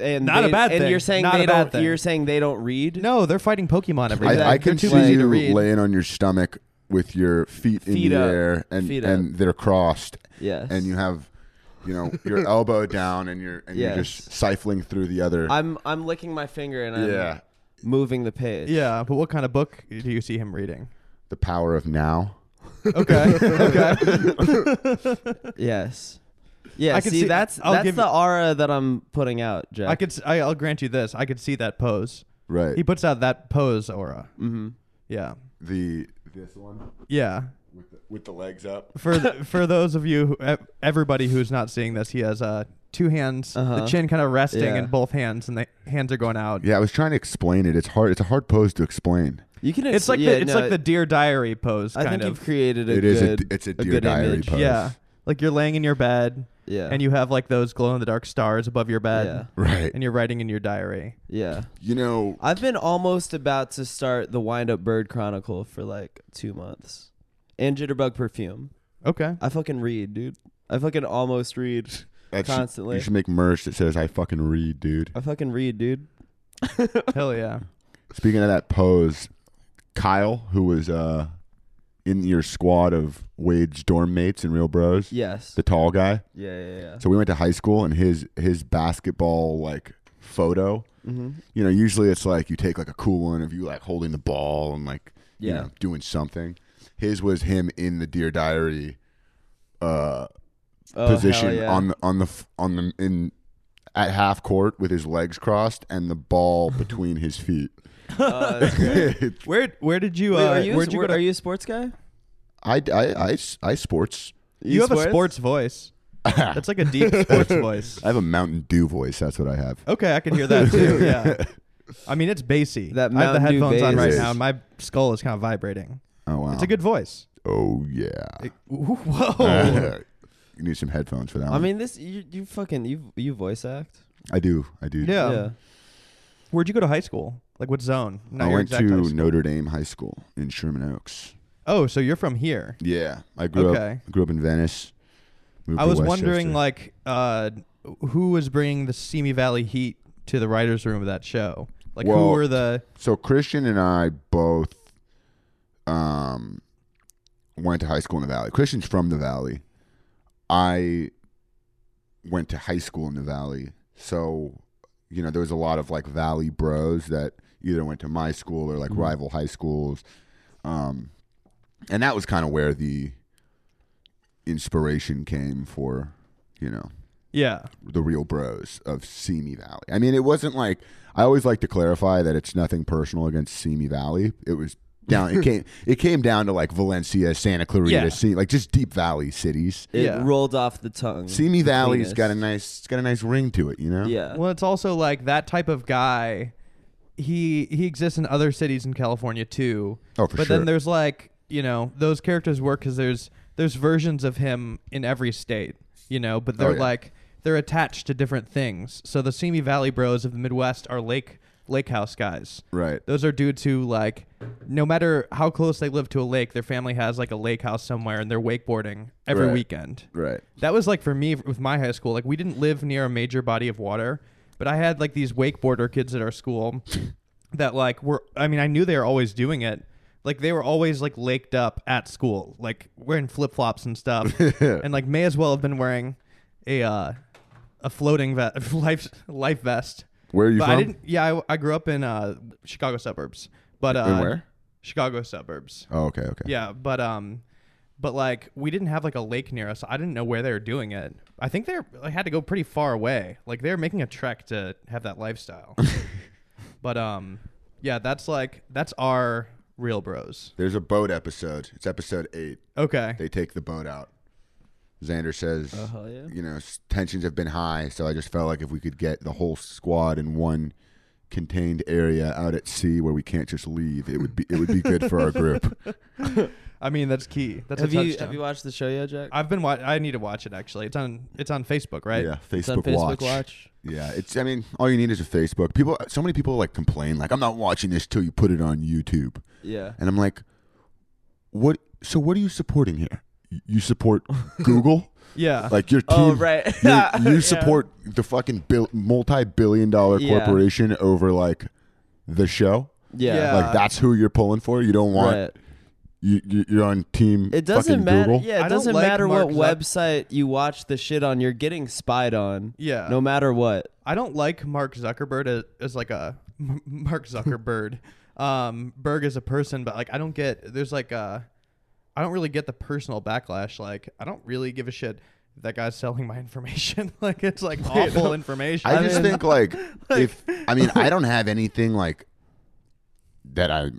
S2: and
S1: Not a
S2: they-
S1: bad
S2: and
S1: thing.
S2: You're saying
S1: Not a
S2: they
S1: bad
S2: don't.
S1: thing.
S2: You're saying they don't read.
S1: no, they're fighting Pokemon every day.
S3: I, I can
S1: They're too
S3: see
S1: lazy to
S3: you
S1: read.
S3: laying on your stomach with your feet, in
S2: Feet
S3: the
S2: up.
S3: air and
S2: Feet up.
S3: and they're crossed
S2: Yes.
S3: and you have you know
S2: [laughs]
S3: your elbow down and you're and you're
S2: Yes.
S3: just siphoning through the other
S2: I'm I'm licking my finger and I'm
S3: yeah
S2: moving the page.
S1: Yeah, but what kind of book do you see him [laughs] reading?
S3: the power of now.
S1: Okay, okay.
S2: Yes. Yeah,
S1: I can
S2: see,
S1: see-
S2: that's
S1: I'll
S2: that's
S1: give
S2: the aura that I'm putting out, Jack.
S1: I could. s- I, I'll grant you this. I could see that pose.
S3: Right.
S1: He puts out that pose aura.
S2: mm-hmm.
S1: Yeah.
S3: the this one
S1: Yeah.
S3: with the, with the legs up.
S1: For th-
S2: [laughs]
S1: for those of you, who, ev- everybody who's not seeing this, he has uh, two hands,
S2: Uh-huh.
S1: the chin kind of resting
S2: Yeah.
S1: in both hands, and the hands are going out.
S3: Yeah, I was trying to explain it. It's hard. It's a hard pose to explain.
S2: You can.
S1: It's
S2: ex-
S1: like
S2: yeah,
S1: the, it's
S2: no,
S1: like the Deer Diary pose,
S2: I think
S1: kind
S2: you've
S1: of.
S2: created a
S3: It
S2: good.
S3: is a. It's a
S2: good
S3: deer diary
S2: image.
S3: pose.
S1: Yeah. Like you're laying in your bed,
S2: yeah.
S1: and you have like those glow in the dark stars above your bed,
S2: Yeah.
S3: Right.
S1: and you're writing in your diary.
S2: Yeah.
S3: You know.
S2: I've been almost about to start the Wind Up Bird Chronicle for like two months, and Jitterbug Perfume.
S1: Okay.
S2: I fucking read, dude. I fucking almost read.
S3: that's-
S2: constantly.
S3: You should make merch that says "I fucking read, dude."
S2: I fucking read, dude.
S1: Hell
S2: [laughs]
S1: yeah.
S3: Speaking of that pose, Kyle, who was uh, in your squad of Wade's dorm mates in Real Bros,
S2: Yes.
S3: the tall guy.
S2: yeah, yeah, yeah.
S3: So we went to high school, and his his basketball like photo.
S2: mm-hmm.
S3: You know, usually it's like you take like a cool one of you like holding the ball and like you
S2: Yeah.
S3: know doing something. His was him in the Deer Diary uh,
S2: Oh,
S3: position
S2: hell yeah.
S3: on the on the f- on the in at half court with his legs crossed and
S2: [laughs]
S3: the ball between his feet.
S2: Oh, that's great.
S1: Where where did you? Uh,
S2: Wait, are you? a
S1: where'd you
S2: spor-
S1: go to?
S2: are you a sports guy?
S3: I, I, I, I sports.
S1: you have
S2: sports?
S1: a sports
S3: [laughs]
S1: voice.
S3: I
S1: That's like a deep
S3: [laughs]
S1: sports voice.
S3: have a Mountain Dew voice. That's what I have.
S1: Okay, I can hear that too. Yeah.
S3: [laughs]
S1: I mean, it's bassy.
S2: That
S1: I have the
S2: Mountain Dew
S1: headphones on
S2: bass.
S1: right
S3: It
S1: now,
S3: is.
S1: and my skull is kind of vibrating.
S3: Oh wow.
S1: It's a good voice.
S3: Oh yeah.
S2: [laughs]
S1: It- whoa.
S3: [laughs] you need some headphones for that.
S2: I
S3: one.
S2: mean, this you you fucking you you voice act.
S3: I do. I do.
S1: Yeah. Where'd you go to high school? Like what zone? Not
S3: I
S1: your
S3: went
S1: exact high
S3: to
S1: school.
S3: Notre Dame High School in Sherman Oaks.
S1: Oh, so you're from here?
S3: Yeah, I grew
S1: Okay.
S3: up. Grew up in Venice. Moved
S1: I
S3: to
S1: was
S3: Westchester.
S1: wondering, like, uh, who was bringing the Simi Valley Heat to the writers' room of that show? Like, who
S3: Well,
S1: were the?
S3: So Christian and I both um went to high school in the valley. Christian's from the valley. I went to high school in the valley. So, you know, there was a lot of like valley bros that either went to my school or like
S2: Mhm.
S3: rival high schools. Um and that was kind of where the inspiration came for, you know,
S1: Yeah.
S3: the real bros of Simi Valley. I mean, it wasn't like I always like to clarify that it's nothing personal against Simi Valley. It was down. it came.
S2: [laughs]
S3: It came down to like Valencia, Santa Clarita,
S1: Yeah.
S3: Se- like just deep valley cities.
S2: It
S1: Yeah.
S2: rolled off the tongue.
S3: Simi
S2: Mm-hmm. the
S3: Valley's got a
S2: cleanest.
S3: nice. It's got a nice ring to it. You know.
S2: Yeah.
S1: Well, it's also like that type of guy. He he exists in other cities in California too.
S3: Oh, for
S1: but
S3: sure.
S1: then there's like you know those characters work because there's there's versions of him in every state. You know, but they're
S3: Oh, yeah.
S1: like they're attached to different things. So the Simi Valley Bros of the Midwest are lake lake house guys.
S3: Right.
S1: Those are dudes who like no matter how close they live to a lake, their family has like a lake house somewhere and they're wakeboarding every
S3: Right.
S1: weekend.
S3: Right.
S1: That was like for me with my high school. Like we didn't live near a major body of water, but I had like these wakeboarder kids at our
S3: [laughs]
S1: school that like were I mean, I knew they were always doing it. Like they were always like laked up at school, like wearing flip flops and stuff,
S3: [laughs]
S1: and like may as well have been wearing a uh, a floating ve- [laughs] life life vest.
S3: Where are you
S1: but I
S3: from?
S1: didn't. Yeah, I, I grew up in uh, Chicago suburbs, but uh,
S3: In where?
S1: Chicago suburbs.
S3: Oh, okay. Okay.
S1: Yeah, but um, but like we didn't have like a lake near us. I didn't know where they were doing it. I think they like, had to go pretty far away. Like they were making a trek to have that
S3: [laughs]
S1: lifestyle. but um, yeah, that's like that's our real bros.
S3: There's a boat episode. It's episode eight.
S1: Okay.
S3: They take the boat out. Xander says,
S2: Oh, hell yeah.
S3: you know, s- tensions have been high, so I just felt like if we could get the whole squad in one contained area out at sea where we can't just leave, it would be it would be good for
S2: [laughs]
S3: our group.
S1: I mean, that's key. That's
S2: Have
S1: a
S2: you
S1: touchdown.
S2: have you watched the show yet, Jack?
S1: I've been wa- I need to watch it actually. It's on it's on Facebook, right?
S3: Yeah, Facebook,
S2: it's on Facebook Watch.
S3: Yeah, it's I mean, all you need is a Facebook. People so many people like complain like I'm not watching this till you put it on YouTube.
S2: Yeah.
S3: And I'm like, what so what are you supporting here? Y-
S2: [laughs]
S3: You support Google?
S1: Yeah.
S3: like your team
S2: Oh right.
S3: you,
S2: Yeah.
S3: you support the fucking bil- multi-billion dollar
S2: Yeah.
S3: corporation over like the show
S2: [laughs] Yeah.
S1: Yeah.
S3: like that's who you're pulling for you don't want
S2: Right.
S3: you, you you're on team
S2: It doesn't
S3: fucking
S2: matter.
S3: google
S1: I
S2: Yeah, it
S1: don't
S2: doesn't
S1: like
S2: matter what
S1: Mark
S2: website you watch the shit on. You're getting spied on.
S1: Yeah.
S2: No matter what.
S1: I don't like Mark Zuckerberg as, as like a [laughs] M- Mark Zuckerberg. um, Berg is a person, but like uh, I don't get there's like a I don't really get the personal backlash. Like I don't really give a shit. that guy's selling my [laughs] information. like it's like
S2: Wait,
S1: awful
S2: no.
S1: information.
S3: I, just
S2: mean- [laughs]
S3: think like, if I mean I don't have anything like that I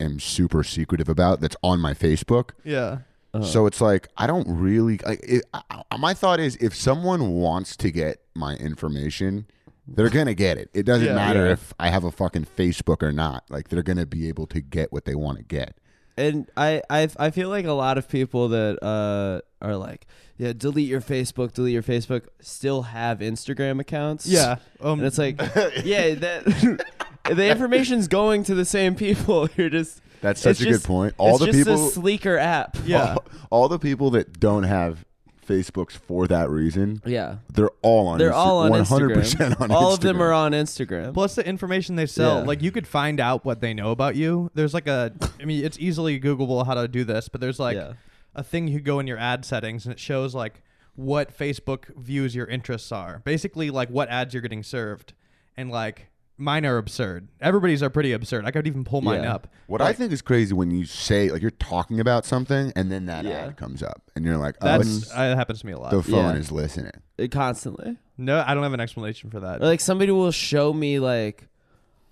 S3: am super secretive about that's on my Facebook.
S1: yeah.
S2: Uh-huh.
S3: So it's like I don't really like. It, I, I- my thought is if someone wants to get my information, they're gonna get it. It doesn't
S1: Yeah.
S3: matter
S2: Yeah.
S3: if I have a fucking Facebook or not. Like they're gonna be able to get what they want to get.
S2: and I, I I feel like a lot of people that uh are like, yeah, delete your Facebook, delete your Facebook, still have Instagram accounts.
S1: Yeah. Um,
S2: and it's
S3: [laughs]
S2: like, yeah, that [laughs] the information's going to the same people. [laughs] You're just
S3: That's such
S2: it's
S3: a good
S2: just-
S3: point. All
S2: it's
S3: the
S2: just
S3: people-
S2: a sleeker app.
S1: yeah.
S3: All, all the people that don't have Facebooks for that reason,
S2: yeah.
S3: they're all on.
S2: They're all on
S3: one hundred
S2: 100%
S3: percent on.
S2: All of them
S3: Instagram.
S2: are on Instagram.
S1: Plus the information they sell,
S2: Yeah.
S1: like you could find out what they know about you. There's like a, I mean, it's easily Googleable how to do this, but there's like
S2: Yeah.
S1: a thing you go in your ad settings and it shows like what Facebook views your interests are. Basically, like what ads you're getting served, and like mine are absurd. Everybody's are pretty absurd. I could even pull mine
S2: Yeah.
S1: up.
S3: What I think is crazy when you say like you're talking about something and then that
S2: Yeah.
S3: ad comes up and you're like, oh,
S1: That's
S3: it's,
S1: uh, that happens to me a lot.
S3: the phone
S2: Yeah.
S3: is listening.
S2: Uh, constantly.
S1: no, I don't have an explanation for that.
S2: Or, like somebody will show me like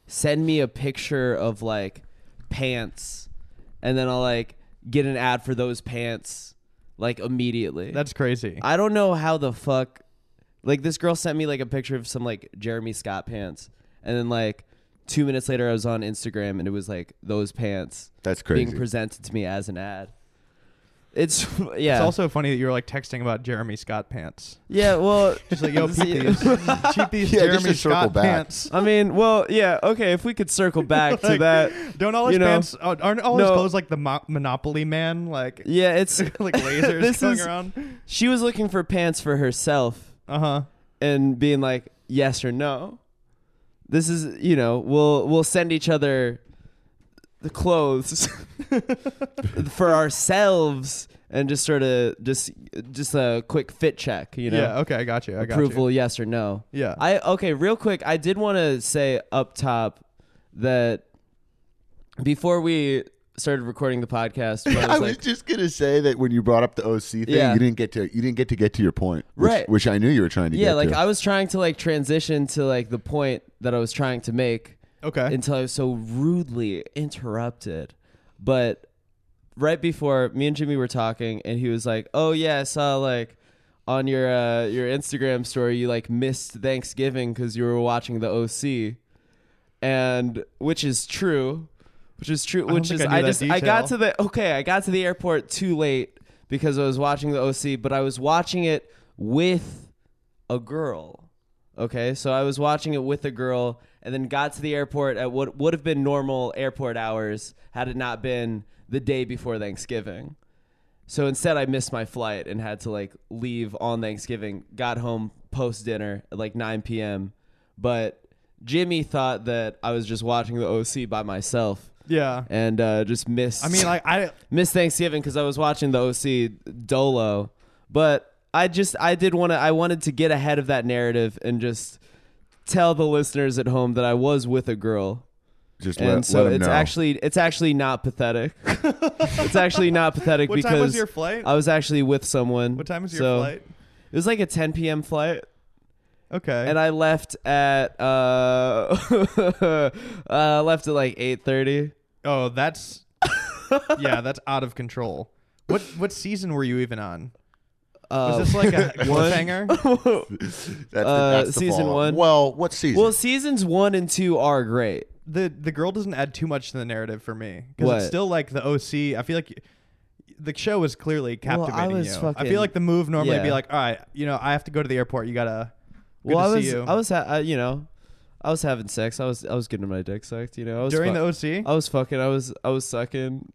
S2: send me a picture of like pants and then I'll like get an ad for those pants like immediately.
S1: That's crazy.
S2: I don't know how the fuck like this girl sent me like a picture of some like Jeremy Scott pants and then like 2 minutes later I was on Instagram and it was like those pants
S3: That's crazy.
S2: being presented to me as an ad. It's [laughs] yeah.
S1: It's also funny that you were like texting about Jeremy Scott pants.
S2: yeah, well
S1: [laughs] Just
S2: [laughs]
S1: like yo, peep these, cheep these
S3: Yeah, just
S1: Jeremy
S3: to circle
S1: Scott
S3: back.
S1: pants.
S2: I mean, well, yeah, okay, if we could circle back
S1: [laughs]
S2: to
S1: Like,
S2: that.
S1: Don't all his
S2: you know?
S1: pants oh, aren't all his
S2: No.
S1: clothes like the mo- Monopoly man, like [laughs]
S2: Yeah, it's
S1: like lasers
S2: [laughs] This
S1: going
S2: is-
S1: around?
S2: she was looking for pants for herself
S1: Uh huh.
S2: and being like yes or no. This is, you know, we'll we'll send each other the clothes [laughs] for ourselves and just sort of just just a quick fit check, you know.
S1: Yeah. Okay, I got you. I got
S2: Approval yes or no.
S1: you. Yeah.
S2: I okay, real quick, I did want to say up top that before we started recording the
S1: [laughs]
S2: podcast, when I was
S3: I
S2: like,
S3: was just gonna say that when you brought up the OC thing,
S2: Yeah.
S3: you didn't get to you didn't get to get to your point, which,
S2: Right.
S3: Which I knew you were trying to
S2: yeah,
S3: get
S2: like
S3: to.
S2: I was trying to like transition to like the point that I was trying to make
S1: okay.
S2: until I was so rudely interrupted. But right before me and Jimmy were talking, and he was like, "Oh yeah, I saw like." On your uh, your Instagram story, you like missed Thanksgiving because you were watching the OC, and which is true, which is true,
S1: don't
S2: which
S1: think
S2: is
S1: I knew
S2: I
S1: that
S2: just I got
S1: detail.
S2: to the okay, I got to the airport too late because I was watching the OC, but I was watching it with a girl. Okay, so I was watching it with a girl, and then got to the airport at what would have been normal airport hours had it not been the day before Thanksgiving. So instead, I missed my flight and had to like leave on Thanksgiving. Got home post dinner at like 9 p.m. But Jimmy thought that I was just watching the OC by myself
S1: Yeah.
S2: and uh, just missed.
S1: I mean, like I
S2: missed Thanksgiving because I was watching the OC Dolo. But I just I did want to I wanted to get ahead of that narrative and just tell the listeners at home that I was with a girl.
S3: just
S2: And
S3: let,
S2: so
S3: let 'em
S2: it's
S3: know.
S2: actually it's actually not pathetic. [laughs] it's actually not pathetic
S1: What
S2: because
S1: time was your flight?
S2: I was actually with someone.
S1: What time was your
S2: So
S1: flight?
S2: It was like a 10 p.m. flight,
S1: Okay.
S2: and I left at uh, [laughs] uh left at like 8:30.
S1: oh,
S2: [laughs]
S1: that's yeah, that's out of control. What what season were you even on? Was
S2: Uh,
S1: this like a
S2: [laughs]
S1: cliffhanger?
S3: that's
S2: uh,
S3: the, that's the
S2: season
S3: follow-up.
S2: one.
S3: Well, what season?
S2: well, seasons one and two are great.
S1: the the girl doesn't add too much to the narrative for me because
S2: What?
S1: it's still like the OC. I feel like the show was clearly
S2: Well, I
S1: captivating
S2: was
S1: you. I
S2: fucking-
S1: feel like the move normally
S2: yeah.
S1: be like, all right, you know, I have to go to the airport. You gotta. Good
S2: well,
S1: to
S2: I was
S1: see you.
S2: I was ha- I, you know, I was having sex. I was I was getting my dick sucked. You know, I was
S1: during
S2: fu-
S1: the OC.
S2: I was fucking. I was I was sucking.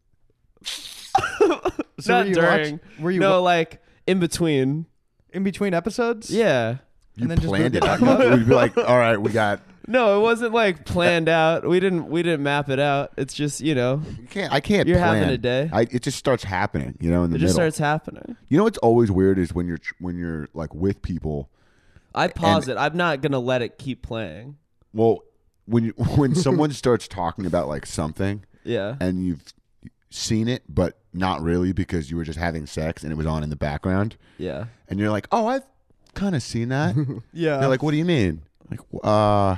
S1: So
S2: Not
S1: were you
S2: during.
S1: watch- were you
S2: no,
S1: wa-
S2: like in between.
S1: in between episodes?
S2: Yeah.
S3: you
S1: and then just
S3: planned
S1: moved
S3: it.
S1: it
S3: out.
S1: back up.
S3: We'd be like, all right,
S2: [laughs]
S3: we got.
S2: No, it wasn't like planned out. We didn't we didn't map it out. It's just you know
S3: You can't. I can't.
S2: You're
S3: plan.
S2: having a day.
S3: I, it just starts happening. You know, in
S2: it
S3: the
S2: just
S3: middle.
S2: starts happening.
S3: You know what's always weird is when you're tr- when you're like with people.
S2: I pause it. I'm not gonna let it keep playing.
S3: [laughs]
S2: [laughs]
S3: Well, when you, when someone starts talking about like something
S2: Yeah.
S3: and you've seen it, but not really because you were just having sex and it was on in the background,
S2: Yeah.
S3: and you're like, "Oh, I've kind of
S2: [laughs]
S3: seen that."
S1: Yeah.
S3: They're like, "What do you mean?" Like, "W- uh,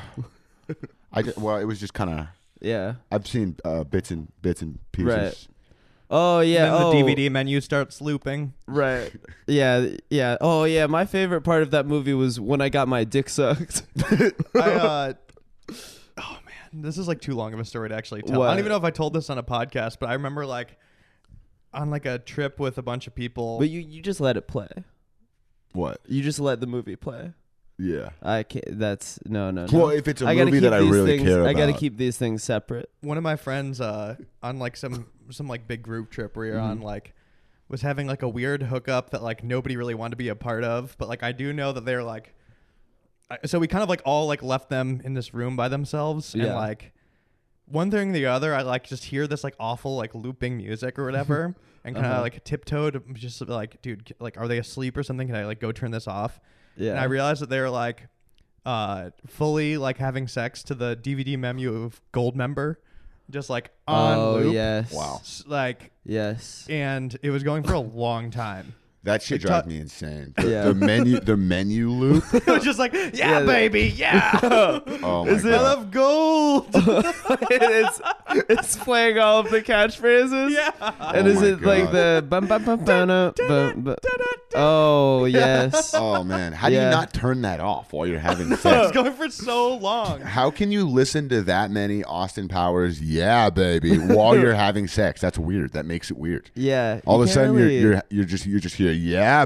S3: I ju- well, it was just kind of
S2: Yeah.
S3: I've seen uh, bits and bits and pieces.
S2: Right. Oh yeah.
S1: then
S2: oh,
S1: the DVD menu starts looping.
S2: Right. [laughs] Yeah. Yeah. Oh yeah. My favorite part of that movie was when I got my dick sucked.
S1: I,
S2: [laughs]
S1: uh, oh man, this is like too long of a story to actually tell. I
S2: What?
S1: don't even know if I told this on a podcast, but I remember like on like a trip with a bunch of people.
S2: [laughs] but you you just let it play.
S3: What?
S2: You just let the movie play.
S3: Yeah.
S2: I can't. That's no no. no.
S3: Well, if it's a
S2: I gotta
S3: movie
S2: keep
S3: that I
S2: these
S3: really
S2: things,
S3: care about,
S2: I gotta keep these things separate.
S1: One of my friends uh, on like some some like big group trip we were
S2: Mm-hmm.
S1: on like was having like a weird hookup that like nobody really wanted to be a part of, but like I do know that they're like. I- So we kind of like all like left them in this room by themselves and
S2: Yeah.
S1: like one thing or the other i like just hear this like awful like looping music or
S2: [laughs]
S1: whatever and kind of
S2: Uh-huh.
S1: like tiptoed just like dude c- like are they asleep or something can i like go turn this off
S2: Yeah.
S1: and i realized that they were like uh fully like having sex to the dvd menu of gold member just like on
S2: oh
S1: loop
S2: yes.
S3: Wow.
S1: S- like
S3: [laughs]
S2: Yes. [laughs]
S1: and it was going for a long time [laughs]
S3: that shit
S1: It
S3: drives
S1: ta-
S3: me insane. The,
S2: Yeah.
S3: the menu, the menu loop.
S1: it was just like yeah,
S2: Yeah, the-
S1: baby yeah
S3: Oh my
S2: [laughs] Is
S3: god!
S1: [laughs]
S2: it-
S1: i love gold [laughs]
S2: it's it's playing all of the catchphrases.
S1: yeah
S2: And
S3: Oh
S2: is
S3: my
S2: it like
S3: God.
S2: the bum bum bum bum bum, bum bum? Oh
S3: [laughs]
S2: yes.
S3: [laughs] oh man, how do
S2: Yeah.
S3: you not turn that off while you're having
S1: it was
S3: sex?
S1: going for so
S2: [laughs]
S1: long
S3: How can you listen to that many Austin Powers? Yeah, baby, while you're having sex. That's weird. That makes it weird.
S2: Yeah.
S3: All
S2: you
S3: of a
S2: can't
S3: sudden,
S2: really-
S3: you're you're you're just you're just here. Yeah,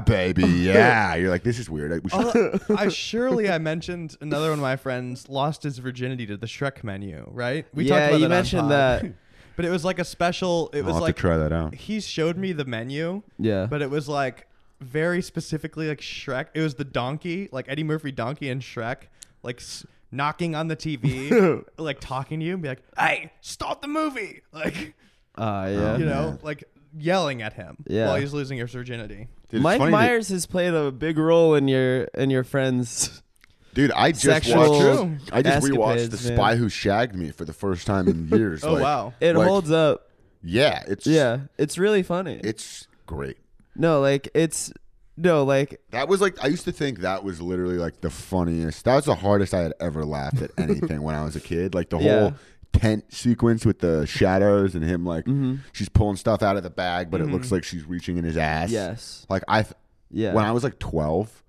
S2: [laughs]
S3: baby. Yeah. You're like, this is weird. Like, [laughs] we should-
S1: Well, I surely I mentioned another one of my friends lost his virginity to the Shrek menu, right?
S2: yeah,
S1: that
S2: you
S1: on
S2: mentioned
S1: pod.
S2: that.
S1: [laughs] but it was like a special. It
S3: I'll
S1: was
S3: have
S1: like
S3: to try that out.
S1: he showed me the menu,
S2: Yeah.
S1: but it was like very specifically like Shrek. It was the donkey, like Eddie Murphy donkey and Shrek, like s- knocking on the
S2: [laughs]
S1: TV, like talking to you, and be like, "Hey, stop the movie!" [laughs] Like
S2: Ah, yeah.
S1: you know, like yelling at him
S2: Yeah.
S1: while he's losing his virginity.
S3: Dude, Oh. it's
S2: Mike
S3: funny that-
S2: Myers has played a big role in your in your friends. [laughs]
S3: dude, I just
S2: Sexual
S3: watched. I just rewatched The
S2: escapades, man.
S3: Spy Who Shagged Me for the first time in years.
S1: Oh
S3: Like,
S1: wow!
S2: It
S3: Like-
S2: holds up.
S3: Yeah, it's
S2: Yeah, it's really funny.
S3: it's great.
S2: no, like it's no, like
S3: That was like I used to think that was literally like the funniest. That was the hardest I had ever laughed at anything when I was a kid. Like the
S2: Yeah.
S3: whole tent sequence with the shadows and him like
S2: Mm-hmm.
S3: she's pulling stuff out of the bag, but it looks like she's reaching in his ass.
S2: yes,
S3: Like I, th-
S2: yeah.
S3: when I was like twelve,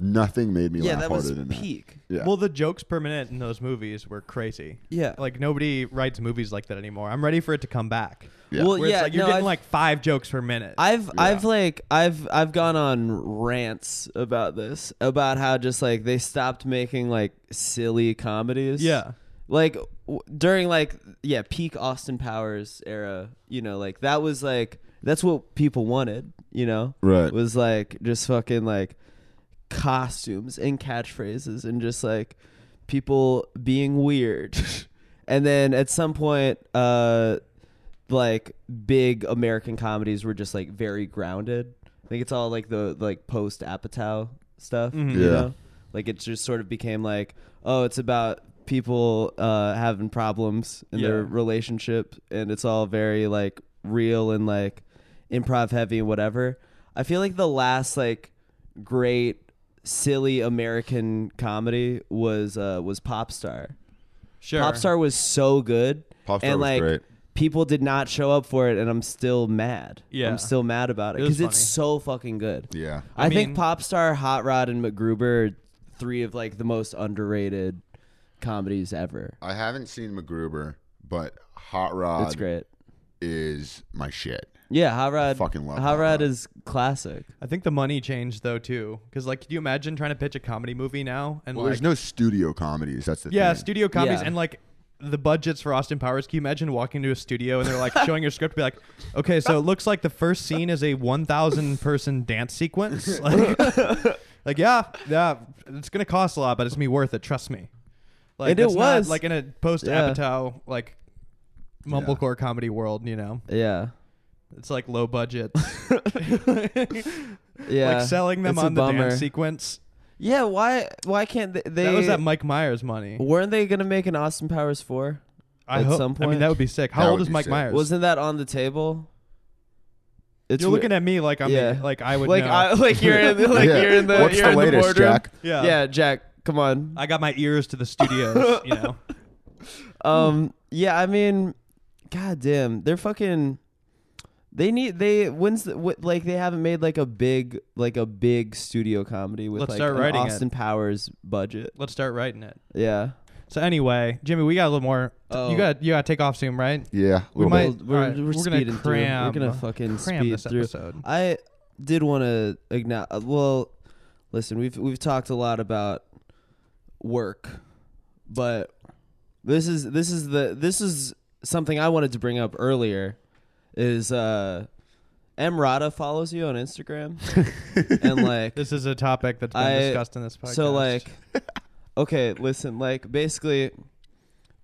S3: nothing made me
S2: yeah,
S3: laugh
S2: that
S3: harder
S2: was
S3: than
S2: peak.
S3: that. Yeah.
S1: Well, the jokes per minute in those movies were crazy.
S2: Yeah.
S1: Like nobody writes movies like that anymore. I'm ready for it to come back.
S3: Yeah.
S2: Well,
S1: Where it's
S2: yeah,
S1: like you're
S2: no,
S1: getting
S2: I've-
S1: like five jokes per minute.
S2: I've I've like I've I've gone on rants about this about how just like they stopped making like silly comedies.
S1: Yeah.
S2: Like w- during like yeah, peak Austin Powers era, you know, like that was like that's what people wanted, you know.
S3: Right.
S2: Was like just fucking like costumes and catchphrases and just like people being weird. [laughs] and then at some point uh like big American comedies were just like very grounded. I think it's all like the like post Apatow stuff. You
S3: Yeah.
S2: know? Like it just sort of became like, oh, it's about people uh, having problems in their
S1: Yeah.
S2: relationship, and it's all very like real and like improv heavy and whatever. I feel like the last like great silly American comedy was uh, was Popstar.
S1: sure.
S2: Popstar was so good.
S3: Popstar
S2: and
S3: was
S2: like
S3: great.
S2: people did not show up for it and I'm still mad.
S1: Yeah.
S2: I'm still mad about it
S1: It was
S2: cuz it's so fucking good.
S3: yeah.
S2: I, think
S1: mean-
S2: Popstar, Hot Rod and McGruber are three of like the most underrated comedies ever.
S3: I haven't seen MacGruber, but Hot Rod
S2: It's great.
S3: is my shit.
S2: Yeah, Hot Rod.
S3: fucking love
S2: Hot,
S3: Hot
S2: Rod,
S3: Rod.
S2: is classic.
S1: I think the money changed though too, because like, could you imagine trying to pitch a comedy movie now? And
S3: Well,
S1: like,
S3: there's no studio comedies. That's the
S1: yeah,
S3: thing.
S1: studio comedies
S2: Yeah.
S1: and like the budgets for Austin Powers. Can you imagine walking into a studio and they're
S2: [laughs]
S1: like showing your script, be like, okay, so it looks like the first scene is a 1,000 person dance
S2: [laughs]
S1: sequence. Like, [laughs] like, yeah, yeah, it's gonna cost a lot, but it's gonna be worth it. Trust me. Like
S2: And it
S1: that's not,
S2: was.
S1: like in a post
S2: Yeah.
S1: Apatow like mumblecore comedy world. You know,
S2: Yeah.
S1: it's like low budget,
S2: [laughs]
S1: [laughs]
S2: Yeah.
S1: like selling them
S2: It's a
S1: on the
S2: bummer.
S1: dance sequence.
S2: Yeah, why why can't they, they
S1: that was that Mike Myers money.
S2: weren't they going to make an Austin Powers 4?
S1: I
S2: at
S1: hope-
S2: some
S1: I mean,
S2: point?
S1: that would be sick. How
S3: That
S1: old
S3: would
S1: is
S3: be
S1: Mike
S3: sick.
S1: Myers?
S2: Wasn't that on the table? It's
S1: You're
S2: wi-
S1: looking at me like I'm
S2: Yeah.
S1: like I would
S2: like
S1: know.
S2: I, like you're in the, like
S3: Yeah.
S2: you're in the
S3: What's
S2: you're
S3: the
S2: in
S3: latest,
S2: boardroom.
S3: Jack?
S1: yeah.
S2: yeah, Jack, come on.
S1: I got my ears to the
S2: [laughs]
S1: studios, you know.
S2: Um, yeah, I mean, god damn, they're fucking. They need they when's the, what, like they haven't made like a big like a big studio comedy with
S1: Let's
S2: like
S1: start
S2: an
S1: writing it.
S2: Austin Powers budget.
S1: Let's start writing it.
S2: Yeah,
S1: So anyway, Jimmy, we got a little more.
S2: Oh.
S1: You got you got to take off soon, right?
S3: Yeah, a
S1: We
S3: little
S1: might.
S3: bit.
S2: We're-
S1: all right,
S2: we're
S1: we're gonna
S2: speeding through. We're
S1: cram.
S2: gonna fucking
S1: cram
S2: speed
S1: this
S2: through.
S1: episode.
S2: I did want to acknowledge. Well, listen, we've we've talked a lot about work, but this is this is the this is something I wanted to bring up earlier. Is uh, M Rada follows you on Instagram, and like
S1: This is a topic that's been
S2: I-
S1: discussed in this podcast.
S2: so like,
S1: [laughs]
S2: okay, listen, like basically,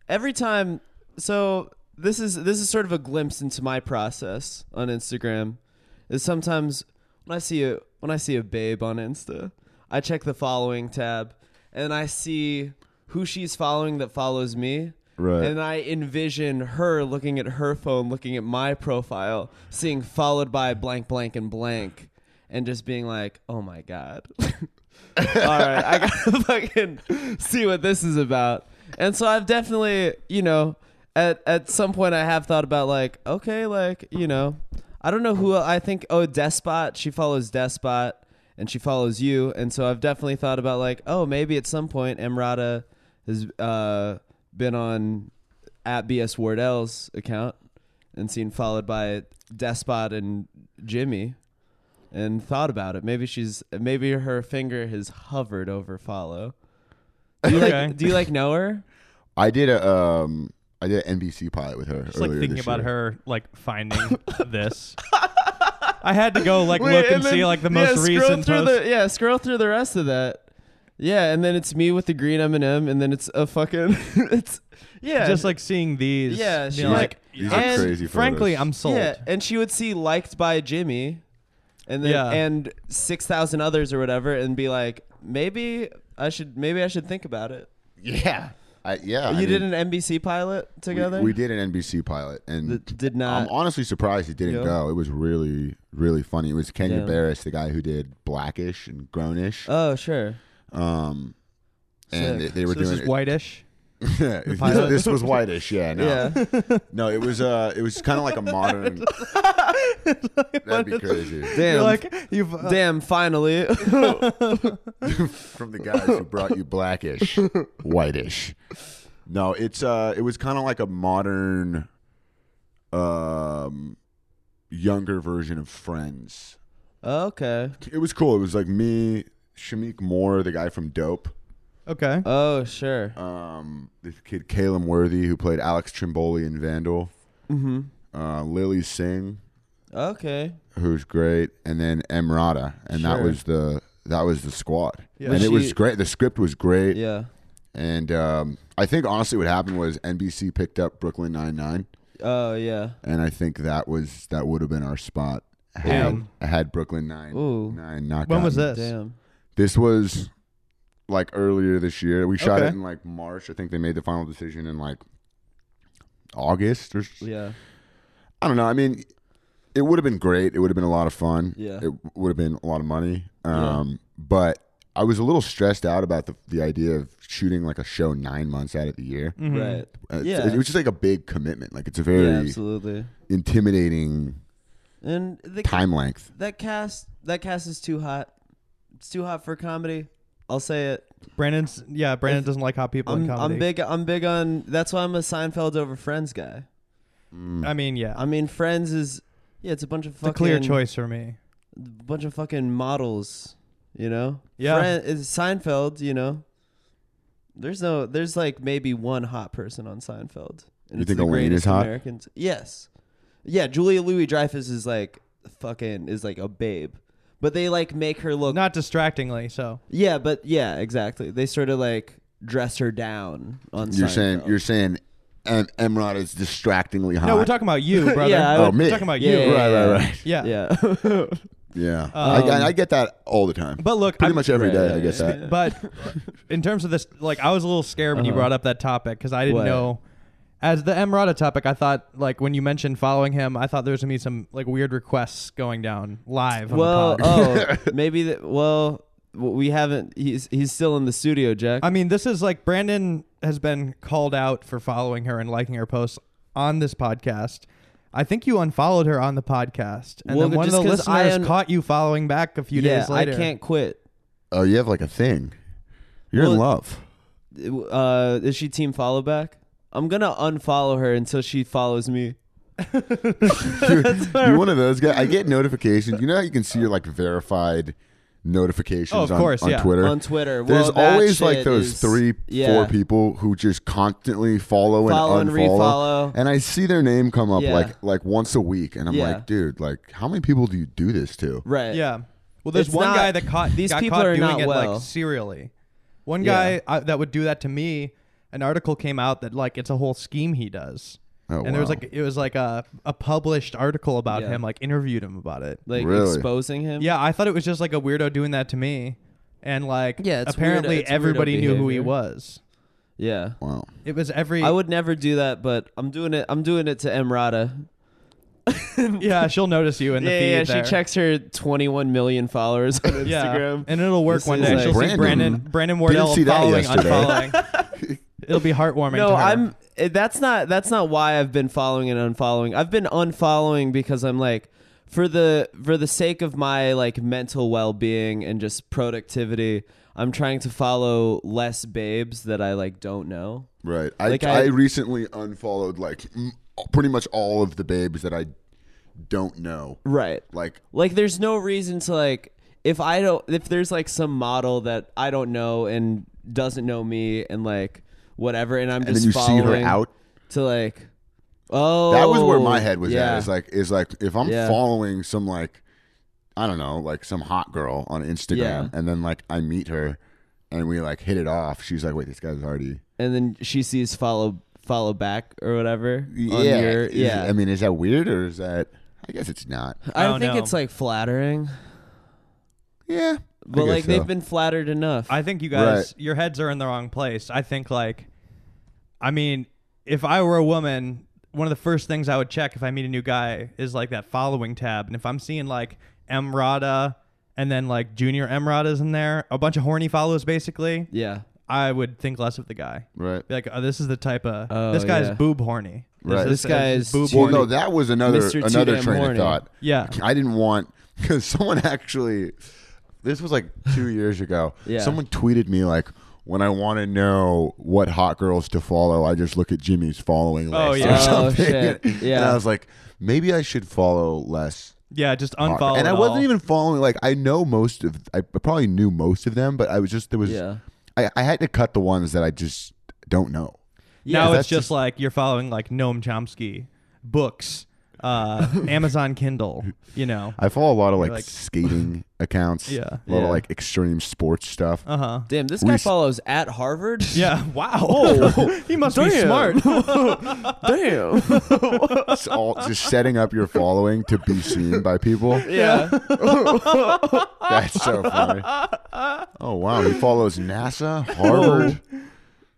S2: every time. So this is this is sort of a glimpse into my process on Instagram. Is sometimes when I see a when I see a babe on Insta, I check the following tab, and I see who she's following that follows me.
S3: Right.
S2: And I envision her looking at her phone, looking at my profile, seeing followed by blank, blank, and blank, and just being like, "Oh my god, [laughs] all right, I gotta [laughs] fucking see what this is about. And so I've definitely, you know, at at some point I have thought about like, okay, like you know, I don't know who I think. Oh, Despot, she follows Despot, and she follows you, and so I've definitely thought about like, oh, maybe at some point Emrata has uh, been on at BS Wardell's account and seen followed by Despot and Jimmy and thought about it. Maybe she's maybe her finger has hovered over follow. Do you
S1: Okay.
S2: like do you like know her?
S3: I did a um, I did an NBC pilot with her.
S1: just like
S3: earlier
S1: thinking
S3: this
S1: about
S3: year.
S1: her like [laughs] finding this. I had to go like [laughs] look and, see like the most
S2: yeah,
S1: recent
S2: Through
S1: post.
S2: The, yeah, scroll through the rest of that. Yeah, and then it's me with the green M and m and then it's a fucking [laughs] it's yeah,
S1: Just like seeing these.
S2: Yeah,
S1: being
S2: she
S1: like,
S2: like-
S3: These
S1: I'm-
S3: are
S2: and
S3: crazy.
S1: frankly,
S3: photos.
S1: I'm sold.
S2: yeah, and she would see liked by Jimmy, and then
S1: Yeah.
S2: and six thousand others or whatever, and be like, maybe I should maybe I should think about it.
S3: Yeah. I, yeah.
S2: you
S3: Uh, I
S2: did
S3: mean,
S2: an NBC pilot
S3: we-
S2: together.
S3: We, did an NBC pilot, and
S2: Th- did
S3: I'm
S2: not.
S3: honestly surprised it didn't
S2: Yeah.
S3: go. It was really, really funny. It was Kenya
S2: Yeah.
S3: Barris, the guy who did Blackish and Grownish,
S2: oh sure.
S3: um,
S2: sick.
S3: and they, they
S1: So
S3: were
S1: this
S3: doing
S1: is
S3: it.
S1: whitish.
S3: [laughs] this,
S1: pilot.
S3: this was whitish, yeah. No, [laughs]
S2: Yeah.
S3: no, it was uh, it was kind of like a modern. that'd be crazy.
S2: Damn.
S1: You're like you've uh, [laughs]
S2: Damn, finally.
S3: from the guys who brought
S2: [laughs]
S3: you blackish, whitish. No, it's uh, it was kind of like a modern, um, younger version of Friends.
S2: okay.
S3: It was cool. It was like me, Shamik Moore, the guy from Dope,
S1: okay.
S2: Oh, sure.
S3: um, this kid Caleb Worthy who played Alex Trimboli in Vandal,
S2: Mm-hmm.
S3: uh, Lily Singh,
S2: Okay.
S3: who's great, and then Emrata, and that
S2: Sure.
S3: was the that was the squad.
S1: Yeah.
S3: And
S2: Was
S3: it was
S2: she-
S3: great. The script was great.
S2: Yeah.
S3: And um, I think honestly, what happened was NBC picked up Brooklyn Nine Nine,
S2: Oh, yeah.
S3: and I think that was that would have been our spot. Had,
S1: Damn.
S3: had Brooklyn Nine
S2: Ooh.
S3: Nine not.
S1: When was
S3: gotten-
S1: this?
S2: Damn.
S3: This was like earlier this year. We shot
S1: Okay.
S3: it in like March. I think they made the final decision in like August or s-
S2: Yeah.
S3: I don't know. I mean, it would have been great. It would have been a lot of fun.
S2: Yeah.
S3: It would have been a lot of money. Um, but I was a little stressed out about the the idea of shooting like a show nine months out of the year.
S1: Mhm.
S2: Right.
S3: Uh, it's-
S2: Yeah.
S3: It was just like a big commitment. Like it's a
S2: Yeah,
S3: very
S2: absolutely.
S3: intimidating
S2: And the
S3: time length.
S2: that cast that cast is too hot. It's too hot for comedy. I'll say it.
S1: Brandon's yeah. Brandon doesn't like hot people in
S2: I'm,
S1: comedy.
S2: I'm big. I'm big on. That's why I'm a Seinfeld over Friends guy.
S1: I mean, yeah.
S2: I mean, Friends is yeah. It's a bunch of
S1: it's
S2: fucking
S1: a clear choice for me.
S2: bunch of fucking models, you know.
S1: Yeah.
S2: Fren- is Seinfeld, you know. There's no, there's like maybe one hot person on Seinfeld.
S3: You
S2: it's
S3: think
S2: the
S3: Elaine is
S2: greatest
S3: hot?
S2: Americans. Yes, yeah. Julia Louis Dreyfus is like fucking is like a babe, but they like make her look.
S1: Not distractingly. So
S2: yeah, but yeah, exactly. They sort of like dress her down on.
S3: You're saying
S2: Seinfeld.
S3: you're saying em- Emrod is distractingly hot.
S1: uh, no, we're talking about
S2: [laughs]
S1: you, brother.
S2: Yeah, I
S3: Oh,
S2: would-
S3: me.
S1: We're talking about
S2: Yeah,
S1: you.
S2: yeah,
S3: right,
S2: yeah.
S3: right, right.
S1: Yeah.
S2: yeah.
S3: Yeah,
S1: Um,
S3: I, I get that all the time.
S1: But look,
S3: Pretty
S1: I'm-
S3: much every
S2: Right,
S3: day,
S2: yeah,
S3: I get
S2: yeah,
S3: that.
S2: yeah.
S1: But in terms of this, like I was a little scared when you
S2: Uh-huh.
S1: brought up that topic because I didn't
S2: What?
S1: know As the Emrata topic, I thought like when you mentioned following him, I thought there was gonna be some like weird requests going down live. On
S2: [laughs] Well,
S1: the pod.
S3: [laughs]
S2: oh, maybe that. Well, w- we haven't. He's he's still in the studio, Jack.
S1: I mean, this is like Brandon has been called out for following her and liking her posts on this podcast. I think you unfollowed her on the podcast, and
S2: Well,
S1: then one of
S2: just
S1: the
S2: 'cause I
S1: listeners
S2: un-
S1: caught you following back a few
S2: yeah,
S1: days later.
S2: I can't quit.
S3: Oh, you have like a thing. You're in
S2: Well,
S1: [laughs]
S3: love.
S2: Uh, is she team follow back? I'm gonna unfollow her until she follows me.
S3: You're one of those guys. I get notifications. You know how you can see your like verified notifications
S1: Oh, of
S3: on,
S1: course,
S3: on
S1: yeah.
S3: Twitter?
S2: on Twitter.
S3: There's
S2: well, that
S3: always like
S2: shit
S3: those
S2: is-
S3: three,
S2: yeah.
S3: four people who just constantly follow,
S2: Follow
S3: and
S2: and
S3: unfollow.
S2: refollow.
S3: And I see their name come up
S2: Yeah.
S3: like like once a week, and I'm
S2: Yeah.
S3: like, dude, like how many people do you do this to?
S2: Right.
S1: Yeah. Well, there's
S2: It's
S1: one
S2: not-
S1: guy that caught
S2: these
S1: got
S2: people
S1: caught
S2: are
S1: doing
S2: not
S1: it
S2: well.
S1: like serially. One
S2: Yeah.
S1: guy I, that would do that to me. An article came out that like it's a whole scheme he does,
S3: Oh,
S1: and there was
S3: wow.
S1: like it was like a a published article about
S2: Yeah.
S1: him, like interviewed him about it.
S2: Like
S3: Really?
S2: exposing him.
S1: Yeah, I thought it was just like a weirdo doing that to me, and like
S2: Yeah, it's
S1: apparently
S2: weirdo- it's weirdo
S1: everybody knew who he
S2: behavior.
S1: was.
S2: Yeah.
S3: wow.
S1: It was every.
S2: I would never do that, but I'm doing it. I'm doing it to Emrata.
S1: yeah, she'll notice you in the
S2: [laughs] yeah,
S1: feed.
S2: yeah.
S1: there.
S2: She checks her 21 million followers on [laughs]
S1: Yeah,
S2: Instagram.
S1: and it'll work
S2: This
S1: one
S2: is
S1: day.
S2: like-
S1: she'll see
S3: Brandon
S1: Brandon Brandon Wardell
S3: see that
S1: following,
S3: yesterday.
S1: unfollowing.
S3: [laughs]
S1: it'll be heartwarming. to
S2: No,
S1: her.
S2: I'm. eh, That's not. That's not why I've been following and unfollowing. I've been unfollowing because I'm like, for the for the sake of my like mental well being and just productivity, I'm trying to follow less babes that I like don't know.
S3: Right. I,
S2: Like,
S3: I
S2: I-
S3: recently unfollowed like m- pretty much all of the babes that I don't know.
S2: Right.
S3: Like
S2: Like, there's no reason to like. If I don't, if there's like some model that I don't know and doesn't know me and like whatever, and I'm
S3: and
S2: just
S3: then you see
S2: following
S3: her out.
S2: to like, oh,
S3: That was where my head was
S2: yeah.
S3: at. Is like is like if I'm
S2: Yeah.
S3: following some like I don't know, like some hot girl on Instagram
S2: Yeah.
S3: and then like I meet her and we like hit it off. She's like, "Wait, this guy's already
S2: and then she sees follow follow back or whatever. on your-
S3: Is-
S2: yeah.
S3: I mean, is that weird or is that I guess it's not.
S2: I,
S1: don't
S2: think
S1: know.
S2: it's like flattering,
S3: Yeah.
S2: but
S3: I guess
S2: like they've
S3: so.
S2: been flattered enough.
S1: I think you guys, your heads are in the wrong place. I think, like, I mean, if I were a woman, one of the first things I would check if I meet a new guy is like that following tab. And if I'm seeing like Emrata and then like Junior Emrata's in there, a bunch of horny follows basically,
S2: yeah,
S1: I would think less of the guy.
S3: right.
S1: Be like, oh, this is the type of,
S2: Oh,
S1: this guy's
S2: yeah.
S1: boob horny.
S3: Right.
S2: This guy
S1: is
S2: is
S1: boob
S2: too-
S3: Well,
S1: horny.
S3: no, that was another
S2: Mr. Too
S3: another
S2: Damn
S3: train
S2: Horny.
S3: of thought.
S1: Yeah.
S3: I didn't want [laughs] because someone actually. This was like two years ago.
S2: Yeah.
S3: Someone tweeted me like, "When I want to know what hot girls to follow, I just look at Jimmy's following list
S1: Oh,
S3: or
S1: yeah.
S2: Oh,
S3: something."
S2: shit.
S3: [laughs] And I
S2: Yeah.
S3: was like, maybe I should follow less.
S1: yeah, just
S3: hot-
S1: unfollow.
S3: and I
S1: it
S3: wasn't
S1: all.
S3: even following. Like I know most of. I probably knew most of them, but I was just there was.
S2: yeah.
S3: I, I had to cut the ones that I just don't know.
S1: Now
S3: that's
S1: it's just
S3: just-
S1: like you're following like Noam Chomsky, books, uh, Amazon Kindle, you know.
S3: I follow a lot of like,
S1: like-
S3: skating accounts.
S1: Yeah.
S3: A lot
S2: Yeah.
S3: of like extreme sports stuff.
S1: Uh huh.
S2: Damn, this guy
S3: Rec-
S2: follows at Harvard.
S1: Yeah. Wow. [laughs] he must be
S2: Damn.
S1: smart.
S2: [laughs]
S1: [laughs]
S2: Damn.
S3: It's all just setting up your following to be seen by people.
S2: yeah.
S3: That's so funny. Oh wow, he follows NASA,
S1: [laughs]
S3: Harvard. Green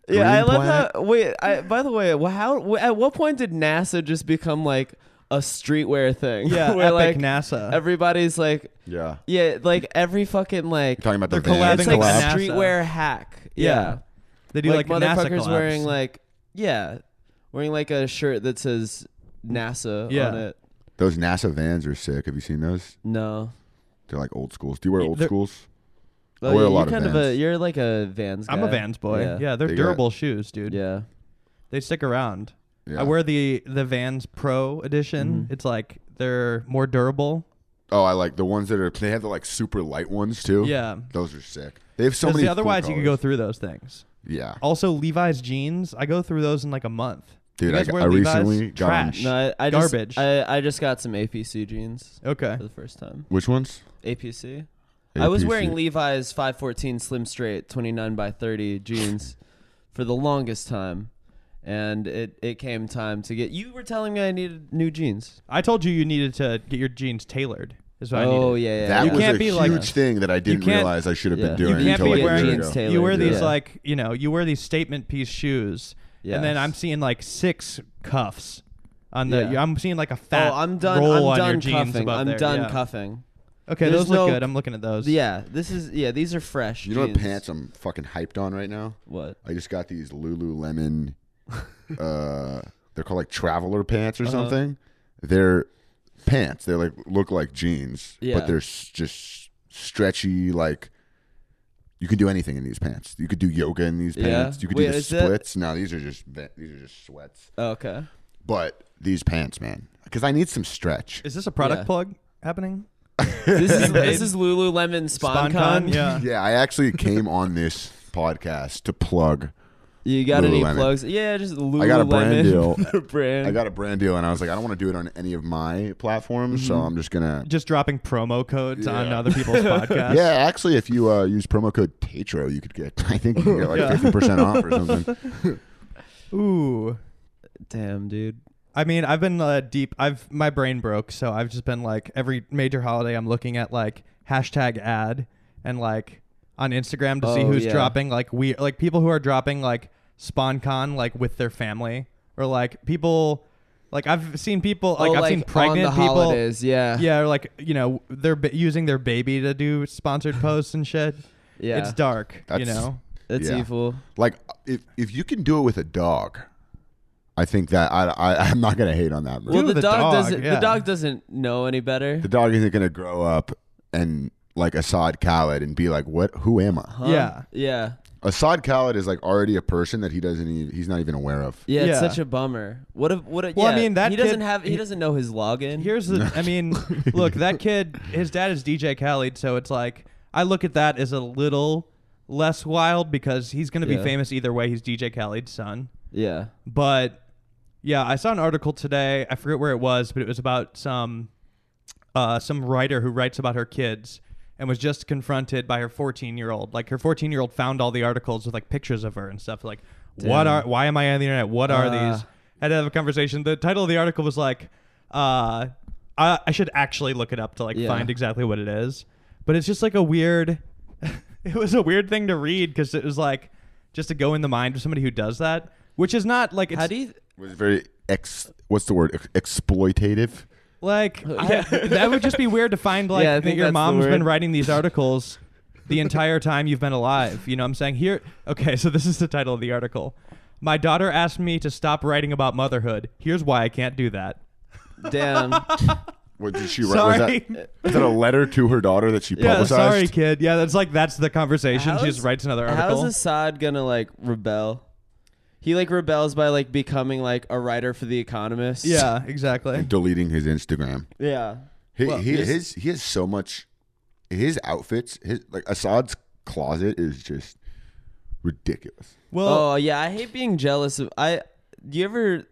S2: Yeah, I love
S3: planet.
S2: that. Wait, I, by the way, wh- how wh- at what point did NASA just become like a streetwear thing?
S1: Yeah.
S2: [laughs] Where,
S1: epic
S2: like
S1: NASA.
S2: everybody's like,
S3: Yeah,
S2: yeah, like every fucking like,
S3: talking about the
S1: They're
S3: van
S2: it's
S1: collabing
S2: like
S1: with
S3: collab.
S1: NASA.
S2: streetwear hack.
S1: Yeah.
S2: Yeah,
S1: they do like, NASA
S2: motherfuckers
S1: collabs.
S2: wearing like, yeah, wearing like a shirt that says NASA
S1: Yeah.
S2: on it.
S3: Those NASA vans are sick. Have you seen those?
S2: No,
S3: They're like old schools. Do you wear old
S1: They're-
S3: schools? I
S2: Well,
S3: wear a
S2: you're
S3: lot of
S2: kind of a
S3: Vans.
S2: you're like a Vans. Guy.
S1: I'm a Vans boy. Yeah, they're
S3: They got-
S1: durable shoes, dude.
S2: yeah.
S1: They stick around.
S3: Yeah.
S1: I wear the the Vans Pro edition. It's like they're more durable.
S3: oh, I like the ones that are. They have the like super light ones too.
S1: Yeah.
S3: those are sick. They have so
S1: Because
S3: many.
S1: otherwise
S3: cool
S1: you could go
S3: colors.
S1: through Oh, those things.
S3: Yeah,
S1: Also Levi's jeans, I go through those in like a month.
S3: dude.
S1: you
S3: I,
S1: guys wear
S3: I
S1: Levi's?
S3: recently got.
S1: Trash.
S2: No, I, I just-
S1: Garbage.
S2: I, I just got some APC jeans
S1: Okay.
S2: for the first time.
S3: Which ones?
S2: APC. I was
S3: APC.
S2: wearing Levi's 514 Slim Straight 29 by 30 jeans [laughs] for the longest time. And it, it came time to get. You were telling me I needed new jeans.
S1: I told you you needed to get your jeans tailored. Is what I
S2: oh,
S1: needed.
S2: yeah, yeah.
S3: That
S1: You
S3: was
S1: can't
S3: a
S1: be,
S3: huge
S1: like-
S3: thing that I didn't
S1: can't-
S3: realize I should have
S2: yeah.
S3: been
S2: You
S3: doing
S1: can't
S3: until
S1: be
S3: like
S1: wearing
S3: a year
S1: jeans
S3: ago.
S2: tailored.
S1: you wear these
S2: Yeah.
S1: like you know you wear these statement piece shoes
S2: Yes.
S1: And then I'm seeing like six cuffs on the.
S2: Yeah.
S1: I'm seeing like a
S2: Oh,
S1: fat.
S2: I'm done.
S1: roll
S2: I'm
S1: on your
S2: done
S1: jeans
S2: cuffing.
S1: above
S2: I'm
S1: there,
S2: done
S1: yeah.
S2: cuffing.
S1: Okay,
S2: There's
S1: those look
S2: no-
S1: good. I'm looking at those.
S2: Yeah, this is yeah. These are fresh.
S3: You know what
S2: jeans.
S3: pants I'm fucking hyped on right now?
S2: What?
S3: I just got
S2: [laughs]
S3: these Lululemon. uh, they're called like traveler pants or
S2: Uh-huh.
S3: something. They're pants. They like look like jeans,
S2: Yeah.
S3: but they're s- just stretchy. Like you can do anything in these pants. You could do yoga in these
S2: Yeah?
S3: pants. You could
S2: Wait,
S3: do the
S2: is that-
S3: splits. No, these are just ve- these are just sweats.
S2: Oh,
S3: [laughs]
S2: okay.
S3: But these pants, man, because I need some stretch.
S1: Is this a product
S2: Yeah.
S1: plug happening?
S2: This is
S1: paid?
S2: this is Lululemon SponCon. [laughs]
S1: SponCon? Yeah.
S3: Yeah, I actually came on this podcast to plug.
S2: You got
S3: Lululemon.
S2: any plugs? Yeah, just Lululemon.
S3: got a
S2: [laughs]
S3: brand deal.
S2: brand.
S3: I got a brand deal, and I was like, I don't want to do it on any of my platforms, so I'm just gonna
S1: Just dropping promo codes on
S3: Yeah.
S1: other
S2: [laughs]
S1: people's podcasts.
S3: Yeah, actually, if you uh, use promo code Tatro, you could get. [laughs] I think you can get like
S1: Yeah.
S3: fifty percent off or something.
S1: Ooh.
S2: Damn, dude.
S1: I mean, I've been uh, deep. I've my brain broke, so I've just been like every major holiday. I'm looking at like hashtag ad and like on Instagram to see
S2: Oh,
S1: who's
S2: yeah.
S1: dropping like we like people who are dropping like SpawnCon like with their family or like people like I've seen people like
S2: oh,
S1: I've
S2: like
S1: seen pregnant
S2: on the
S1: people.
S2: holidays. Yeah.
S1: [laughs] Yeah, or like you know they're b- using their baby to do
S2: [laughs]
S1: sponsored posts and shit.
S2: Yeah.
S1: It's dark, you
S3: That's-
S1: know.
S2: That's
S3: Yeah.
S2: evil.
S3: Like if if you can do it with a dog, I think that I, I [laughs] I'm not gonna hate on that. Bro.
S2: Well,
S1: Do
S2: the,
S1: the
S2: dog,
S1: dog,
S2: doesn't.
S1: yeah.
S2: The dog doesn't know any better.
S3: The dog isn't gonna grow up and like Assad Khaled and be like, what? Who am I?
S2: Huh?
S1: Yeah.
S2: Yeah.
S3: Assad Khaled is like already a person that he doesn't even he's not even aware of.
S2: Yeah,
S1: Yeah.
S2: it's such a bummer. What if? What? If,
S1: Well, I
S2: yeah,
S1: mean, that
S2: he doesn't
S1: kid-
S2: have. He,
S1: he-
S2: doesn't know his login.
S1: Here's the. I mean, look, that kid. His dad is DJ Khaled, so it's like I look at that as a little less wild because he's going to be
S2: Yeah.
S1: famous either way. He's DJ Khaled's son,
S2: yeah.
S1: but yeah, I saw an article today. I forget where it was, but it was about some uh, some writer who writes about her kids and was just confronted by her 14 year old. Like her 14 year old found all the articles with like pictures of her and stuff. Like, what are? Why am I on the internet? What are
S2: Ah.
S1: these? Had to have a conversation. The title of the article was like, uh, I, I should actually look it up to like
S2: Yeah.
S1: find exactly what it is. But it's just like a weird. [laughs] it was a weird thing to read because it was like just to go in the mind of somebody who does that, which is not like it's
S2: How do you?
S3: Was very ex. What's the word? Ex- exploitative.
S1: Like I- [laughs] that would just be weird to find like
S2: Oh, Yeah, I
S1: that
S2: think
S1: your
S2: that's the
S1: mom's been
S2: word.
S1: writing these articles
S2: [laughs]
S1: the entire time you've been alive. You know what I'm saying? Here okay, so this is the title of the article. My daughter asked me to stop writing about motherhood. Here's why I can't do that.
S2: Damn.
S1: [laughs]
S3: What did she write?
S1: Sorry.
S3: Was that, was that a letter to her daughter that she
S1: Yeah,
S3: publicized?
S1: Oh, sorry, kid. Yeah, that's like that's the conversation. she
S2: How's-
S1: just writes another article.
S2: How's Assad gonna like rebel? He like rebels by like becoming like a writer for The Economist.
S1: yeah, exactly.
S3: And deleting his Instagram.
S2: [laughs] Yeah.
S3: He,
S2: Well,
S3: he
S2: just-
S3: his he has so much. His outfits, his like Assad's closet is just ridiculous.
S1: Well,
S2: Oh yeah, I hate being jealous of. I. Do you ever?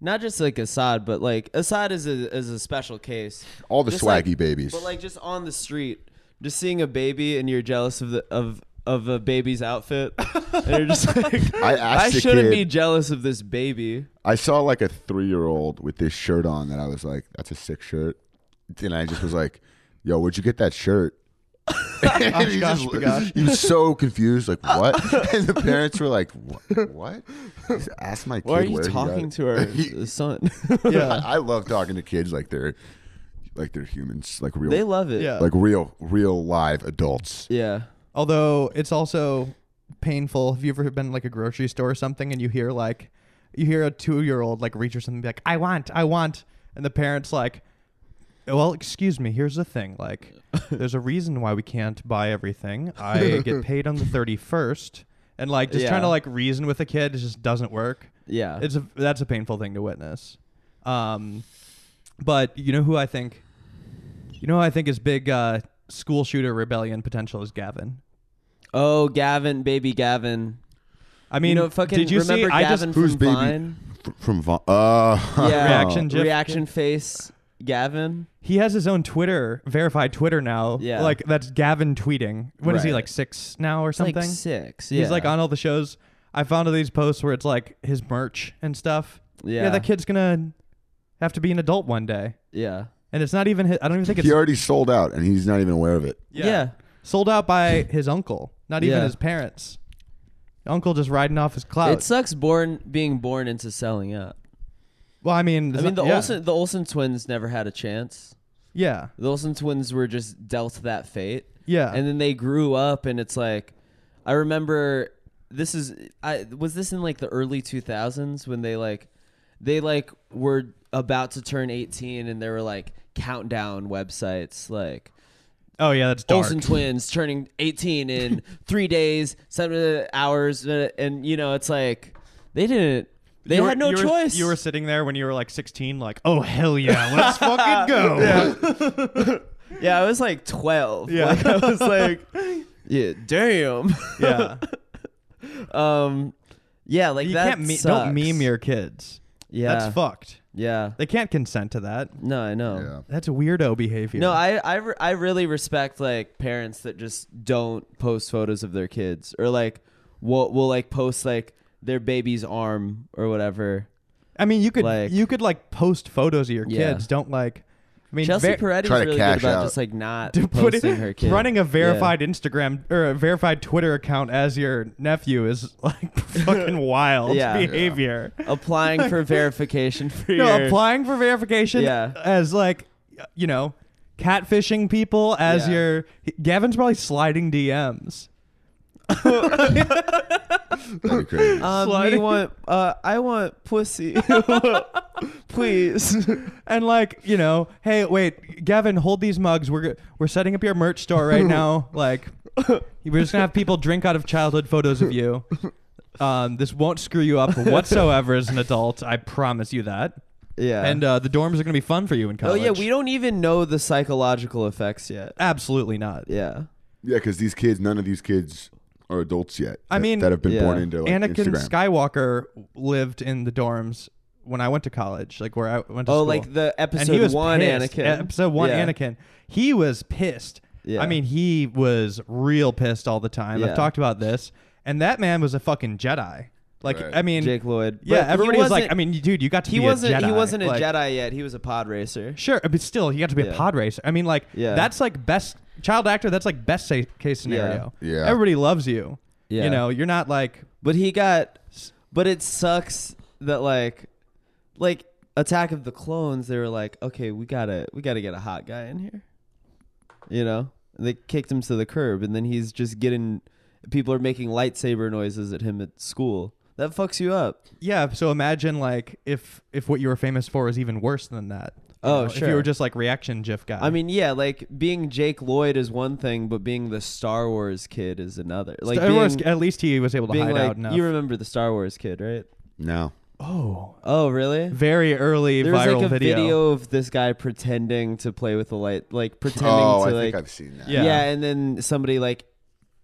S2: Not just like Assad, but like Assad is a is a special case.
S3: All the
S2: Just,
S3: swaggy
S2: like-
S3: babies.
S2: But like just on the street, just seeing a baby and you're jealous of the of of a baby's outfit. and you're just like,
S3: I asked
S2: I
S3: the
S2: shouldn't
S3: kid-
S2: be jealous of this baby.
S3: I saw like a three year old with this shirt on, and I was like, "That's a sick shirt," and I just was like, "Yo, where'd you get that shirt?" [laughs] And he,
S1: Oshkosh
S3: just-
S1: bagosh.
S3: he was so confused, like what? [laughs] And the parents were like, "What?" what? Just ask my kid.
S2: Why are you
S3: where [laughs] he got
S2: talking
S3: it.
S2: to [laughs] our son?
S1: yeah.
S3: I, I love talking to kids like they're like they're humans, like real,
S2: they love it.
S1: Yeah.
S3: like real, real live adults.
S2: Yeah.
S1: Although it's also painful. Have you ever been like a grocery store or something and you hear like you hear a two year old like reach or something be like, I want, I want and the parents like well, excuse me, here's the thing. Like
S2: [laughs]
S1: there's a reason why we can't buy everything. I
S2: [laughs]
S1: get paid on the thirty first and like just
S2: Yeah.
S1: trying to like reason with a kid it just doesn't work.
S2: Yeah.
S1: It's a that's a painful thing to witness. Um but you know who I think you know who I think is big uh school shooter rebellion potential is Gavin.
S2: oh, Gavin, baby Gavin.
S1: I mean,
S2: you know, fucking
S1: did you
S2: remember
S1: see?
S2: Gavin
S1: I just
S2: from
S3: Who's baby? [laughs]
S2: Vine?
S3: Fr- From Von- uh, [laughs]
S2: Yeah.
S1: Reaction gif.
S2: Reaction face. Gavin.
S1: he has his own Twitter verified Twitter now.
S2: Yeah.
S1: like that's Gavin tweeting. When is he
S2: Right.
S1: like six now or something?
S2: Like six. Yeah.
S1: He's like on all the shows. I found all these posts where it's like his merch and stuff.
S2: Yeah.
S1: that kid's gonna have to be an adult one day,
S2: Yeah.
S1: and it's not even. His, I don't even think it's
S3: he already sold out, and he's not even aware of it.
S2: Yeah.
S1: sold out by his uncle, not even
S2: Yeah.
S1: his parents. Uncle just riding off his clout.
S2: It sucks born being born into selling up.
S1: well, I mean,
S2: I mean the
S1: yeah.
S2: Olsen the Olsen twins never had a chance.
S1: Yeah,
S2: The Olsen twins were just dealt that fate.
S1: yeah.
S2: and then they grew up and it's like i remember this is i was this in like the early 2000s when they like they like were about to turn 18 and there were like countdown websites like
S1: oh yeah, that's dark.
S2: Olsen twins turning 18
S1: [laughs]
S2: in three days, seven hours, uh, and you know it's like they didn't, they
S1: You were-
S2: had no
S1: you were-
S2: choice.
S1: you were sitting there when you were like 16, like, oh hell yeah,
S2: [laughs]
S1: let's fucking go.
S2: yeah, I was like 12.
S1: Yeah.
S2: like,
S1: [laughs]
S2: I was like, yeah, damn.
S1: yeah,
S2: um, yeah, like
S1: you
S2: that.
S1: can't me-
S2: sucks.
S1: don't meme your kids.
S2: Yeah,
S1: That's fucked.
S2: Yeah.
S1: They can't consent to that.
S2: No, I know.
S3: Yeah.
S1: That's weirdo behavior.
S2: No, I I, re- I really respect like parents that just don't post photos of their kids or like will will like post like their baby's arm or whatever.
S1: I mean, you could
S2: Like-
S1: you could like post photos of your
S2: Yeah.
S1: kids. Don't like. I mean,
S2: Chelsea
S1: ver-
S2: Peretti's
S3: Try to
S2: really
S3: cash
S2: good about
S3: out.
S2: just like
S1: [laughs]
S2: not
S1: to put it-
S2: posting her kid.
S1: running a verified Instagram or a verified Twitter account as your nephew is like [laughs]
S2: [laughs]
S1: fucking wild
S2: Yeah.
S1: behavior.
S2: Yeah. applying
S1: [laughs]
S2: for verification for
S1: No,
S2: your
S1: applying for verification
S2: Yeah.
S1: as like you know, catfishing people as
S2: Yeah.
S1: your Gavin's probably sliding DMs.
S3: That'd be
S2: [laughs]
S3: crazy.
S2: um,
S1: sliding-
S2: you want uh I want
S1: [laughs]
S2: pussy. Please.
S1: And like, you know, hey, wait, Gavin, hold these mugs. We're g- we're setting up your merch store
S2: [laughs]
S1: right now. Like, we're just gonna have people drink out of childhood photos of you. Um, this won't screw you
S2: [laughs]
S1: up whatsoever as an adult. I promise you that.
S2: Yeah.
S1: And uh, the dorms are gonna be fun for you in
S2: oh
S1: college.
S2: yeah, we don't even know the psychological effects yet.
S1: absolutely not.
S2: Yeah.
S3: yeah, because these kids, none of these kids are adults yet.
S1: I
S3: that-
S1: mean,
S3: that have been
S2: Yeah.
S3: born into like
S1: Anakin
S3: Instagram.
S1: Skywalker lived in the dorms when I went to college, like where I went to
S2: Oh,
S1: school.
S2: like the episode
S1: and he was
S2: one
S1: pissed.
S2: Anakin.
S1: Episode one
S2: Yeah.
S1: Anakin. He was pissed.
S2: Yeah.
S1: I mean, he was real pissed all the time.
S2: Yeah.
S1: I've talked about this. And that man was a fucking Jedi. Like
S3: Right.
S1: I mean
S2: Jake Lloyd.
S1: Yeah,
S2: But he
S1: everybody was like,
S2: wasn't-
S1: I mean, dude, you got to
S2: he
S1: be
S2: wasn't
S1: a Jedi.
S2: he wasn't a
S1: Like,
S2: Jedi yet. He was a pod racer.
S1: Sure, but still you got to be
S2: Yeah.
S1: a pod racer. I mean like
S2: Yeah.
S1: that's like best child actor, that's like best sa- case scenario.
S3: Yeah.
S1: Everybody loves you.
S2: Yeah.
S1: You know, you're not like
S2: But he got but it sucks that like like Attack of the Clones they were like, "Okay, we got to we got to get a hot guy in here." You know? And they kicked him to the curb and then he's just getting people are making lightsaber noises at him at school. That fucks you up.
S1: Yeah, so imagine like if if what you were famous for was even worse than that. You
S2: Oh,
S1: know, If
S2: sure.
S1: you were just like reaction GIF guy.
S2: I mean, yeah, like being Jake Lloyd is one thing, but being the Star Wars kid is another. Like
S1: Star Wars-
S2: being,
S1: at least he was able to
S2: being
S1: hide
S2: like
S1: out enough.
S2: you remember the Star Wars kid, right?
S3: no.
S1: oh,
S2: Oh, really?
S1: very early
S2: There was
S1: viral
S2: like a video.
S1: video.
S2: of this guy pretending to play with the light, like pretending
S3: Oh,
S2: to
S3: I
S2: like
S3: think I've seen that.
S1: Yeah.
S2: yeah. and then somebody like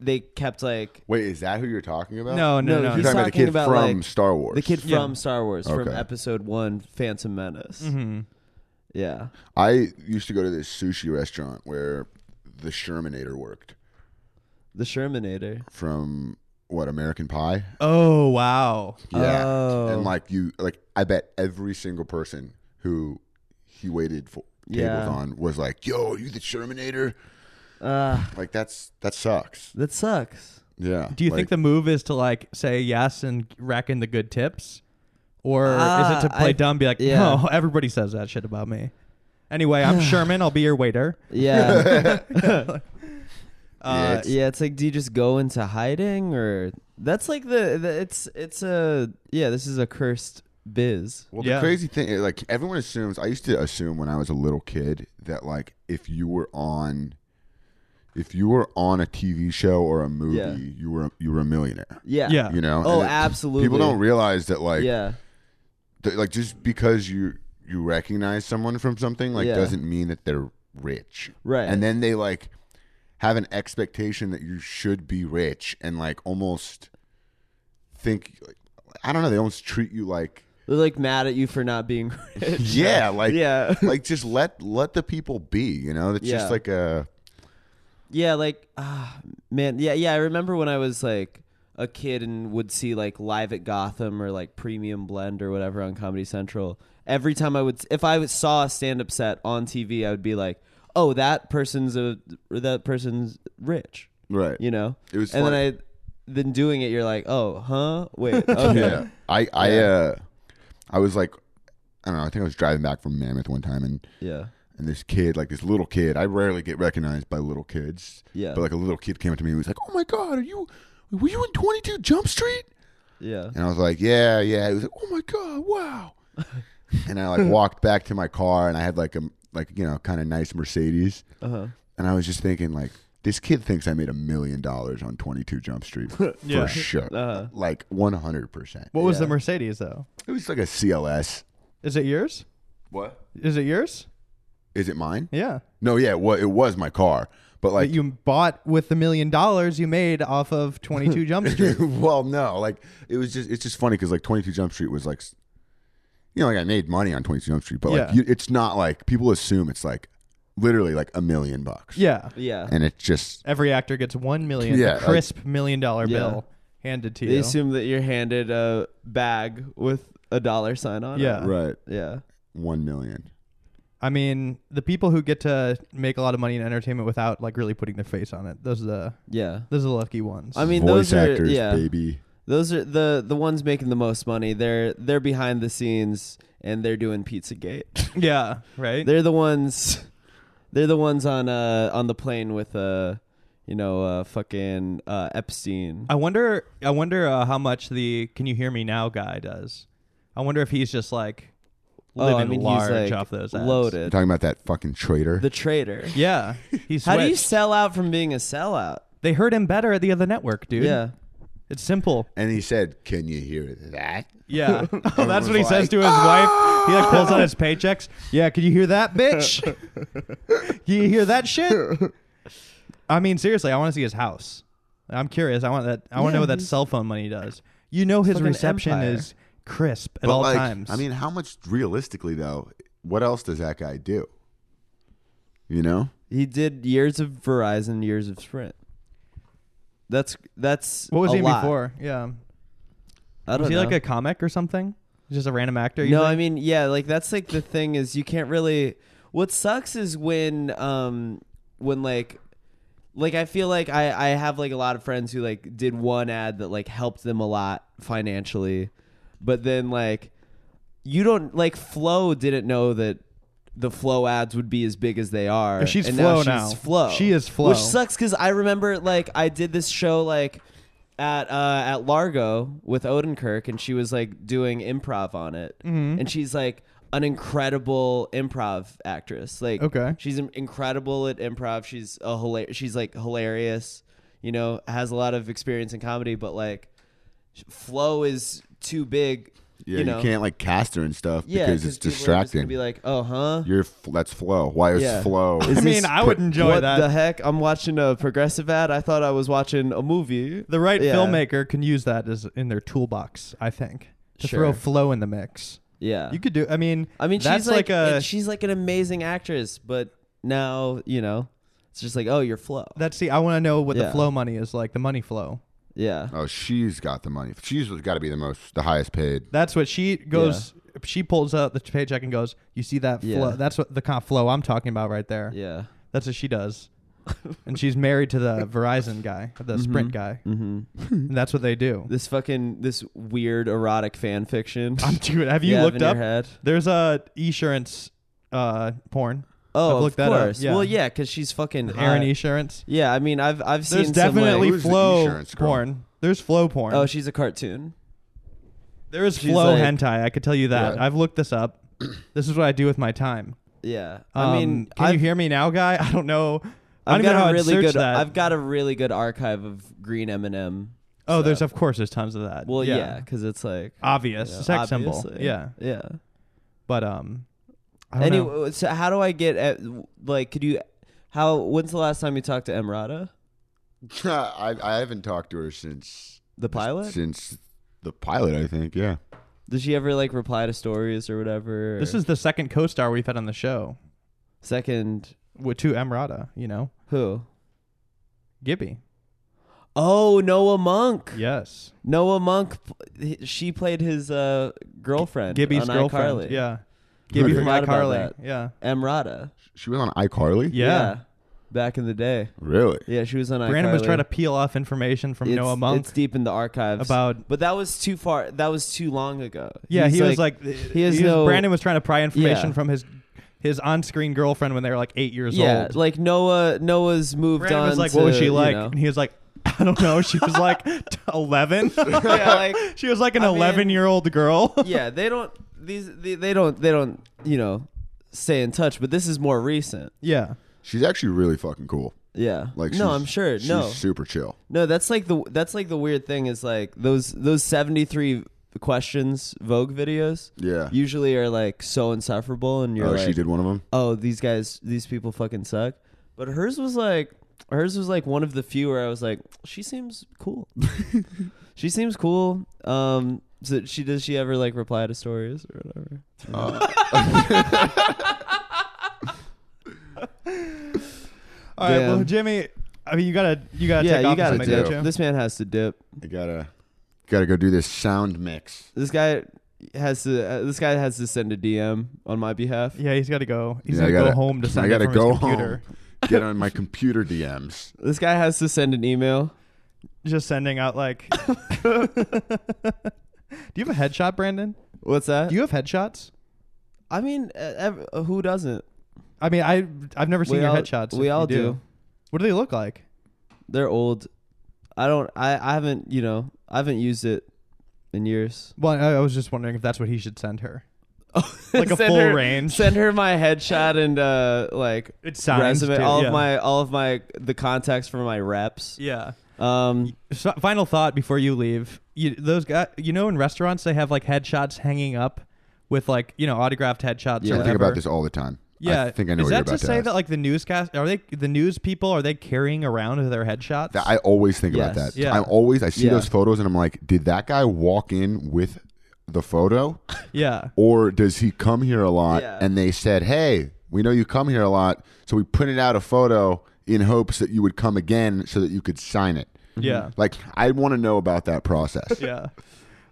S2: they kept like
S3: Wait, is that who you're talking about?
S1: No, no,
S2: No,
S1: no.
S3: You're
S2: he's
S3: talking about the
S2: talking
S3: kid
S2: about,
S3: from
S2: like,
S3: Star Wars.
S2: the kid from
S1: Yeah.
S2: Star Wars from
S3: Okay.
S2: Episode One, Phantom Menace.
S1: Mhm.
S2: Yeah,
S3: I used to go to this sushi restaurant where the Shermanator worked
S2: the Shermanator.
S3: from what American Pie.
S1: Oh wow.
S3: Yeah.
S2: Oh.
S3: And like you like I bet every single person who he waited for tables
S2: Yeah.
S3: on was like, Yo, are you the Shermanator?
S2: Uh,
S3: Like that's that sucks.
S2: that
S3: [laughs]
S2: sucks.
S3: Yeah.
S1: Do you
S3: Like,
S1: think the move is to like say yes and rack in the good tips, or
S2: Ah,
S1: is it to play
S2: I-
S1: dumb, be like,
S2: yeah.
S1: no, everybody says that shit about me. Anyway,
S2: [sighs]
S1: I'm Sherman. I'll be your waiter.
S2: Yeah,
S1: Uh,
S3: it's-
S2: Uh, yeah. It's like, do you just go into hiding, or that's like the, the it's it's a yeah. This is a cursed biz.
S3: Well,
S1: Yeah.
S3: the crazy thing, is, like everyone assumes, I used to assume when I was a little kid that like if you were on, if you were on a TV show or a movie,
S2: Yeah.
S3: you were you were a millionaire.
S2: Yeah.
S1: Yeah.
S3: You know?
S2: Oh,
S3: And it-
S2: absolutely.
S3: People don't realize that like
S2: yeah.
S3: th- like just because you you recognize someone from something like
S2: Yeah.
S3: doesn't mean that they're rich.
S2: Right.
S3: And then they like have an expectation that you should be rich and like almost think I don't know, they almost treat you like
S2: They're like mad at you for not being [laughs] rich.
S3: yeah, like
S2: yeah. [laughs]
S3: like just let let the people be you know it's
S2: Yeah.
S3: just like a
S2: Yeah, like ah man, yeah, yeah, I remember when I was like a kid and would see like live at Gotham or like Premium Blend or whatever on Comedy Central. Every time I would if I was- saw a stand-up set on TV, I would be like, "Oh, that person's a that person's rich."
S3: right
S2: You know?
S3: It was
S2: And
S3: funny.
S2: then I then doing it, you're like, oh, huh? Wait, okay.
S3: [laughs] yeah. I I uh I was like I don't know, I think I was driving back from Mammoth one time and
S2: yeah,
S3: and this kid, like this little kid, I rarely get recognized by little kids.
S2: yeah,
S3: But like a little kid came up to me and was like, "Oh my god, are you were you in 22 Jump Street?"
S2: yeah.
S3: And I was like, "Yeah, yeah." He was like, "Oh my god, wow." and I like walked back to my car and I had like a like, you know, kind of nice Mercedes
S2: Uh huh.
S3: and I was just thinking like this kid thinks I made a million dollars on 22 Jump Street
S1: Yeah.
S3: for sure.
S2: Uh-huh.
S3: Like 100%.
S1: What was
S2: Yeah.
S1: the Mercedes though?
S3: It was like a CLS.
S1: Is it yours?
S3: What?
S1: Is it yours?
S3: Is it mine?
S1: Yeah.
S3: No, yeah, well, it was my car, but like,
S1: that you bought with the million dollars you made off
S2: [laughs]
S1: of 22 Jump Street.
S3: [laughs] well, no, like it was just it's just funny because like Twenty Two Jump Street was like, s- you know, like I made money on Twenty Two Jump Street, but like
S1: Yeah.
S3: you, it's not like people assume it's like literally like a million bucks,
S1: yeah.
S2: Yeah.
S3: and it's just
S1: Every actor gets 1 million a
S3: Yeah, like-
S1: crisp million dollar
S2: Yeah.
S1: bill handed to
S2: They
S1: you.
S2: assume that you're handed a bag with a dollar sign on
S1: Yeah.
S2: it.
S3: right
S2: Yeah.
S3: one million.
S1: I mean, the people who get to make a lot of money in entertainment without like really putting their face on it. Those are the
S2: Yeah.
S1: those are the lucky ones.
S2: I mean,
S3: Voice
S2: those are
S3: actors,
S2: yeah.
S3: baby.
S2: Those are the the ones making the most money. They're they're behind the scenes and they're doing
S3: [laughs]
S2: Pizzagate.
S1: yeah, right?
S2: they're the ones. They're the ones on uh on the plane with uh you know uh fucking uh Epstein.
S1: I wonder I wonder uh, how much the can you hear me now guy does. I wonder if he's just like
S2: Oh,
S1: living
S2: I mean, he's,
S1: large
S2: like,
S1: off those ads.
S3: You're
S2: loaded.
S3: talking about that fucking traitor.
S2: The traitor.
S1: Yeah. He's
S2: How do you sell out from being a sellout?
S1: They heard him better at the other network, dude.
S2: Yeah.
S1: It's simple.
S3: and he said, "Can you hear that?"
S2: [laughs]
S1: Yeah. [laughs] oh, that's
S3: Everyone's
S1: what he says
S3: like,
S1: to his wife. He like pulls out his paychecks. Yeah, could you hear that,
S2: [laughs]
S1: bitch? you hear that shit? I mean, seriously, I want to see his house. I'm curious. I want that. I want to
S2: Yeah,
S1: know what that
S2: he's-
S1: cell phone money does. You know, his
S2: like an
S1: reception
S2: empire.
S1: is crisp at
S3: But,
S1: all
S3: like,
S1: times.
S3: I mean, how much realistically though? What else does that guy do? You know,
S2: He did years of Verizon, years of Sprint. That's that's
S1: what was
S2: a
S1: he in
S2: lot.
S1: before? Yeah,
S2: I don't
S1: was he
S2: know.
S1: like a comic or something? Just a random actor? you
S2: no,
S1: think?
S2: I mean, yeah, like that's like the thing is you can't really. What sucks is when, um, when like, like I feel like I I have like a lot of friends who like did one ad that like helped them a lot financially, but then like, you don't like Flo didn't know that the Flo ads would be as big as they are.
S1: She's
S2: and
S1: Flo
S2: now.
S1: now.
S2: She's Flo.
S1: She is Flo.
S2: Which sucks because I remember like I did this show like at uh, at Largo with Odenkirk, and she was like doing improv on it, and she's like an incredible improv actress. Like,
S1: Okay.
S2: she's in- incredible at improv. She's a hila- She's like hilarious. You know, has a lot of experience in comedy, but like, flow is too big.
S3: yeah,
S2: you know,
S3: can't like cast her and stuff
S2: yeah,
S3: because it's
S2: 'cause people are just gonna
S3: distracting.
S2: Be like, oh, huh?
S3: You're f- that's flow. Why is
S2: Yeah.
S3: flow?
S1: I
S2: Is
S1: mean,
S2: this-
S1: I would enjoy
S2: what
S1: that.
S2: the heck? I'm watching a progressive ad. I thought I was watching a movie.
S1: the right
S2: Yeah.
S1: filmmaker can use that as in their toolbox. I think to
S2: Sure.
S1: throw flow in the mix.
S2: Yeah,
S1: You could do. I mean,
S2: I mean,
S1: that's
S2: she's like,
S1: a.
S2: she's like an amazing actress, but now you know, it's just like, oh, you're flow.
S1: that's see. I want to know what the
S2: Yeah.
S1: flow money is like. The money flow.
S2: Yeah,
S3: oh, she's got the money. She's got to be the most, the highest paid.
S1: That's what she goes. She pulls out the paycheck and goes, "You see that
S2: Yeah.
S1: flow? That's what the kind of flow I'm talking about right there.
S2: yeah.
S1: That's what she
S2: [laughs]
S1: does." and she's married to the Verizon guy, the Sprint guy.
S2: Mm-hmm.
S1: And that's what they do.
S2: This fucking this weird erotic fan fiction.
S1: [laughs] I'm dude. Have you
S2: Yeah,
S1: looked
S2: in your
S1: up?
S2: head.
S1: There's a insurance uh, porn.
S2: Oh,
S1: I've
S2: of
S1: looked that up,
S2: course.
S1: yeah.
S2: Well, yeah, because she's fucking hot.
S1: Aaron Insurance.
S2: Yeah, I mean, I've I've seen
S1: There's
S2: some, like-
S1: definitely
S3: Who's the
S1: flow
S3: insurance girl?
S1: porn. There's flow porn.
S2: oh, she's a cartoon.
S1: There is
S2: She's
S1: flow
S2: like-
S1: hentai. I could tell you that.
S3: Yeah.
S1: I've looked this up.
S2: [clears throat]
S1: this is what I do with my time.
S2: Yeah,
S1: Um,
S2: I mean,
S1: can
S2: I've,
S1: you hear me now, guy? [laughs] I don't know. I
S2: I've
S1: don't even
S2: got
S1: know
S2: a
S1: how to
S2: really
S1: search
S2: good. uh,
S1: that.
S2: I've got a really good archive of green M and M.
S1: oh, there's of course there's tons of that.
S2: Well, yeah, because it's like
S1: obvious
S2: you know,
S1: sex symbol.
S2: obviously.
S1: Yeah,
S2: yeah.
S1: but um, I don't know.
S2: Anyway, so how do I get at, like? Could you? How? When's the last time you talked to Emrata?
S3: [laughs] I, I haven't talked to her since
S2: The pilot?
S3: since the pilot. I think. Yeah.
S2: Does she ever like reply to stories or whatever?
S1: This
S2: or-
S1: is the second co-star we've had on the show
S2: second.
S1: with two Emrata. You know,
S2: Who?
S1: Gibby.
S2: Oh, Noah Monk.
S1: Yes,
S2: Noah Monk. p- he- She played his uh, girlfriend.
S1: Gibby's
S2: on
S1: girlfriend.
S2: iCarly.
S1: Yeah, Gibby from
S2: forgot about
S1: iCarly.
S2: that.
S1: Yeah.
S2: Emrata.
S3: She was on iCarly.
S1: yeah,
S2: [laughs] Yeah. back in the day.
S3: Really?
S2: Yeah, she was on.
S1: Brandon was
S2: iCarly.
S1: trying to peel off information from
S2: it's,
S1: Noah
S2: It's
S1: Monk
S2: deep in the archives.
S1: about
S2: but that was too far. That was too long ago.
S1: Yeah,
S2: He's
S1: he was like, he
S2: has
S1: was,
S2: no-
S1: Brandon was trying to pry information
S2: Yeah.
S1: from his his on-screen girlfriend when they were like eight years
S2: yeah,
S1: old.
S2: like Noah. Noah's moved
S1: Brandon
S2: on.
S1: was like,
S2: to,
S1: "What was she
S2: you
S1: like?" [laughs]
S2: know. [laughs]
S1: And he was like, "I don't know." She was like eleven.
S2: [laughs] yeah, like
S1: she was like an
S2: I mean-
S1: eleven-year-old
S2: [laughs]
S1: girl.
S2: yeah, they don't. These they, they don't they don't you know stay in touch. But this is more recent.
S1: yeah,
S3: She's actually really fucking cool.
S2: Yeah.
S3: Like,
S2: no,
S3: she's-
S2: I'm sure.
S3: She's
S2: No,
S3: super chill.
S2: no. That's like the that's like the weird thing is like those those 73 questions Vogue videos
S3: Yeah.
S2: usually are like so insufferable, and you're
S3: oh,
S2: like,
S3: she did one of them.
S2: oh, these guys, these people fucking suck. But hers was like, hers was like one of the few where I was like, she seems [laughs] cool. she seems cool. Um, so she does she ever like reply to stories or whatever?
S1: All right, well,
S2: Damn.
S1: Jimmy, I mean, you gotta you gotta
S2: yeah,
S1: take
S2: you
S1: off
S2: gotta
S1: something,
S3: do.
S2: dip.
S1: don't you?
S2: This man has to dip.
S3: I gotta gotta go do this sound mix.
S2: This guy has to. Uh, this guy has to send a DM on my behalf.
S1: yeah, he's gotta go. He's
S3: Yeah, I
S1: gotta,
S3: gotta-
S1: go home to sign
S3: I gotta
S1: it from his
S3: go
S1: computer.
S3: home. Get on my computer [laughs] DMs.
S2: This guy has to send an email.
S1: Just sending out
S3: [laughs]
S1: like. do you have a headshot, Brandon?
S2: What's that?
S1: Do you have headshots?
S2: I mean, uh, ev- uh, who doesn't?
S1: I mean, I I've never seen
S2: we
S1: your
S2: all,
S1: headshots.
S2: We
S1: if
S2: all
S1: you
S2: do.
S1: What do they look like?
S2: They're old. I don't. I. I haven't. You know. I haven't used it in years.
S1: Well, I, I was just wondering if that's what he should send her. [laughs] Like a
S2: Send
S1: full
S2: her-
S1: range.
S2: Send her my headshot and uh like
S1: It's signed,
S2: resume.
S1: too,
S2: all
S1: yeah.
S2: of my. All of my. The contacts for my reps.
S1: Yeah.
S2: Um.
S1: So, final thought before you leave. You, those guys, you know, in restaurants they have like headshots hanging up with like you know autographed headshots. or
S2: Yeah.
S3: I think
S1: whatever.
S3: about this all the time.
S1: Yeah.
S3: I think I
S1: Is
S3: know what
S1: that
S3: you're about
S1: to
S3: to
S1: say
S3: ask.
S1: that like the newscast are they the news people are they carrying around their headshots?
S3: That I always think about
S2: Yes.
S3: that.
S1: Yeah.
S3: I'm always I see
S2: Yeah.
S3: those photos and I'm like, did that guy walk in with the photo,
S1: yeah.
S3: or does he come here a lot?
S2: Yeah.
S3: And they said, hey, we know you come here a lot, so we printed out a photo in hopes that you would come again so that you could sign it.
S1: Yeah.
S3: Like I want to know about that process.
S1: Yeah.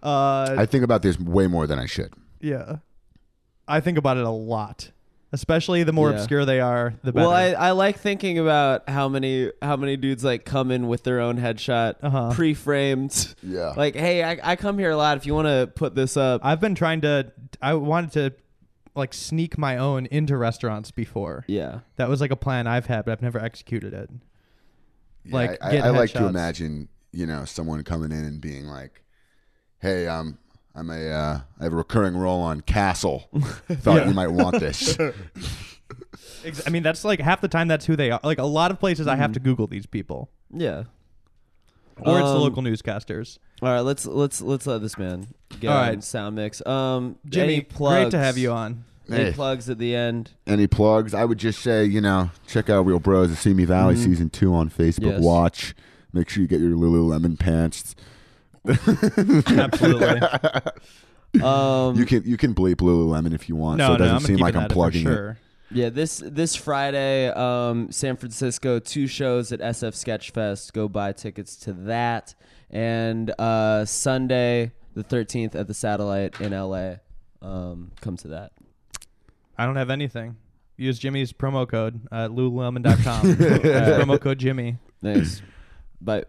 S1: Uh,
S3: I think about this way more than I should.
S1: yeah. I think about it a lot, especially the more
S2: Yeah.
S1: obscure they are, the better.
S2: Well, I, I like thinking about how many how many dudes like come in with their own headshot
S1: Uh-huh.
S2: pre-framed. [laughs]
S3: Yeah.
S2: Like, hey, I, I come here a lot. If you want to put this up,
S1: I've been trying to. I wanted to like sneak my own into restaurants before.
S2: yeah,
S1: That was like a plan I've had, but I've never executed it.
S3: Yeah,
S1: Like,
S3: I,
S1: get
S3: I, I like to
S1: headshots.
S3: imagine, you know, someone coming in and being like, "Hey, um, I'm a, uh, I have a recurring role
S1: [laughs]
S3: on Castle. Thought
S1: Yeah.
S3: you might want this."
S1: Ex- I mean, that's like half the time that's who they are. Like a lot of places, I have
S3: Mm-hmm.
S1: to Google these people,
S2: yeah.
S1: or it's the
S2: Um,
S1: local newscasters.
S2: All right, let's let's let's let this man get
S1: All
S2: on
S1: right.
S2: sound mix. Um, any
S1: Jimmy,
S2: plugs?
S1: great to have you on.
S2: Any
S3: Hey.
S2: plugs at the end?
S3: Any plugs? I would just say, you know, check out Real Bros of Simi Valley
S1: Mm-hmm.
S3: season two on Facebook.
S2: Yes.
S3: Watch. Make sure you get your Lululemon pants.
S1: [laughs]
S3: [laughs]
S1: Absolutely.
S2: Um,
S3: You can you can bleep Lululemon if you want,
S1: Mm-hmm. no,
S3: so it
S1: no,
S3: doesn't
S1: I'm
S3: seem like I'm
S1: that
S3: plugging
S1: for
S3: it.
S1: sure.
S2: yeah, this this Friday, um, San Francisco, two shows at SF Sketchfest. Go buy tickets to that, and uh, Sunday the thirteenth at the Satellite in LA. Um, come to that.
S1: I don't have anything. Use Jimmy's
S3: [laughs]
S1: promo code at lululemon.com. Use promo code Jimmy.
S2: Thanks. Bye.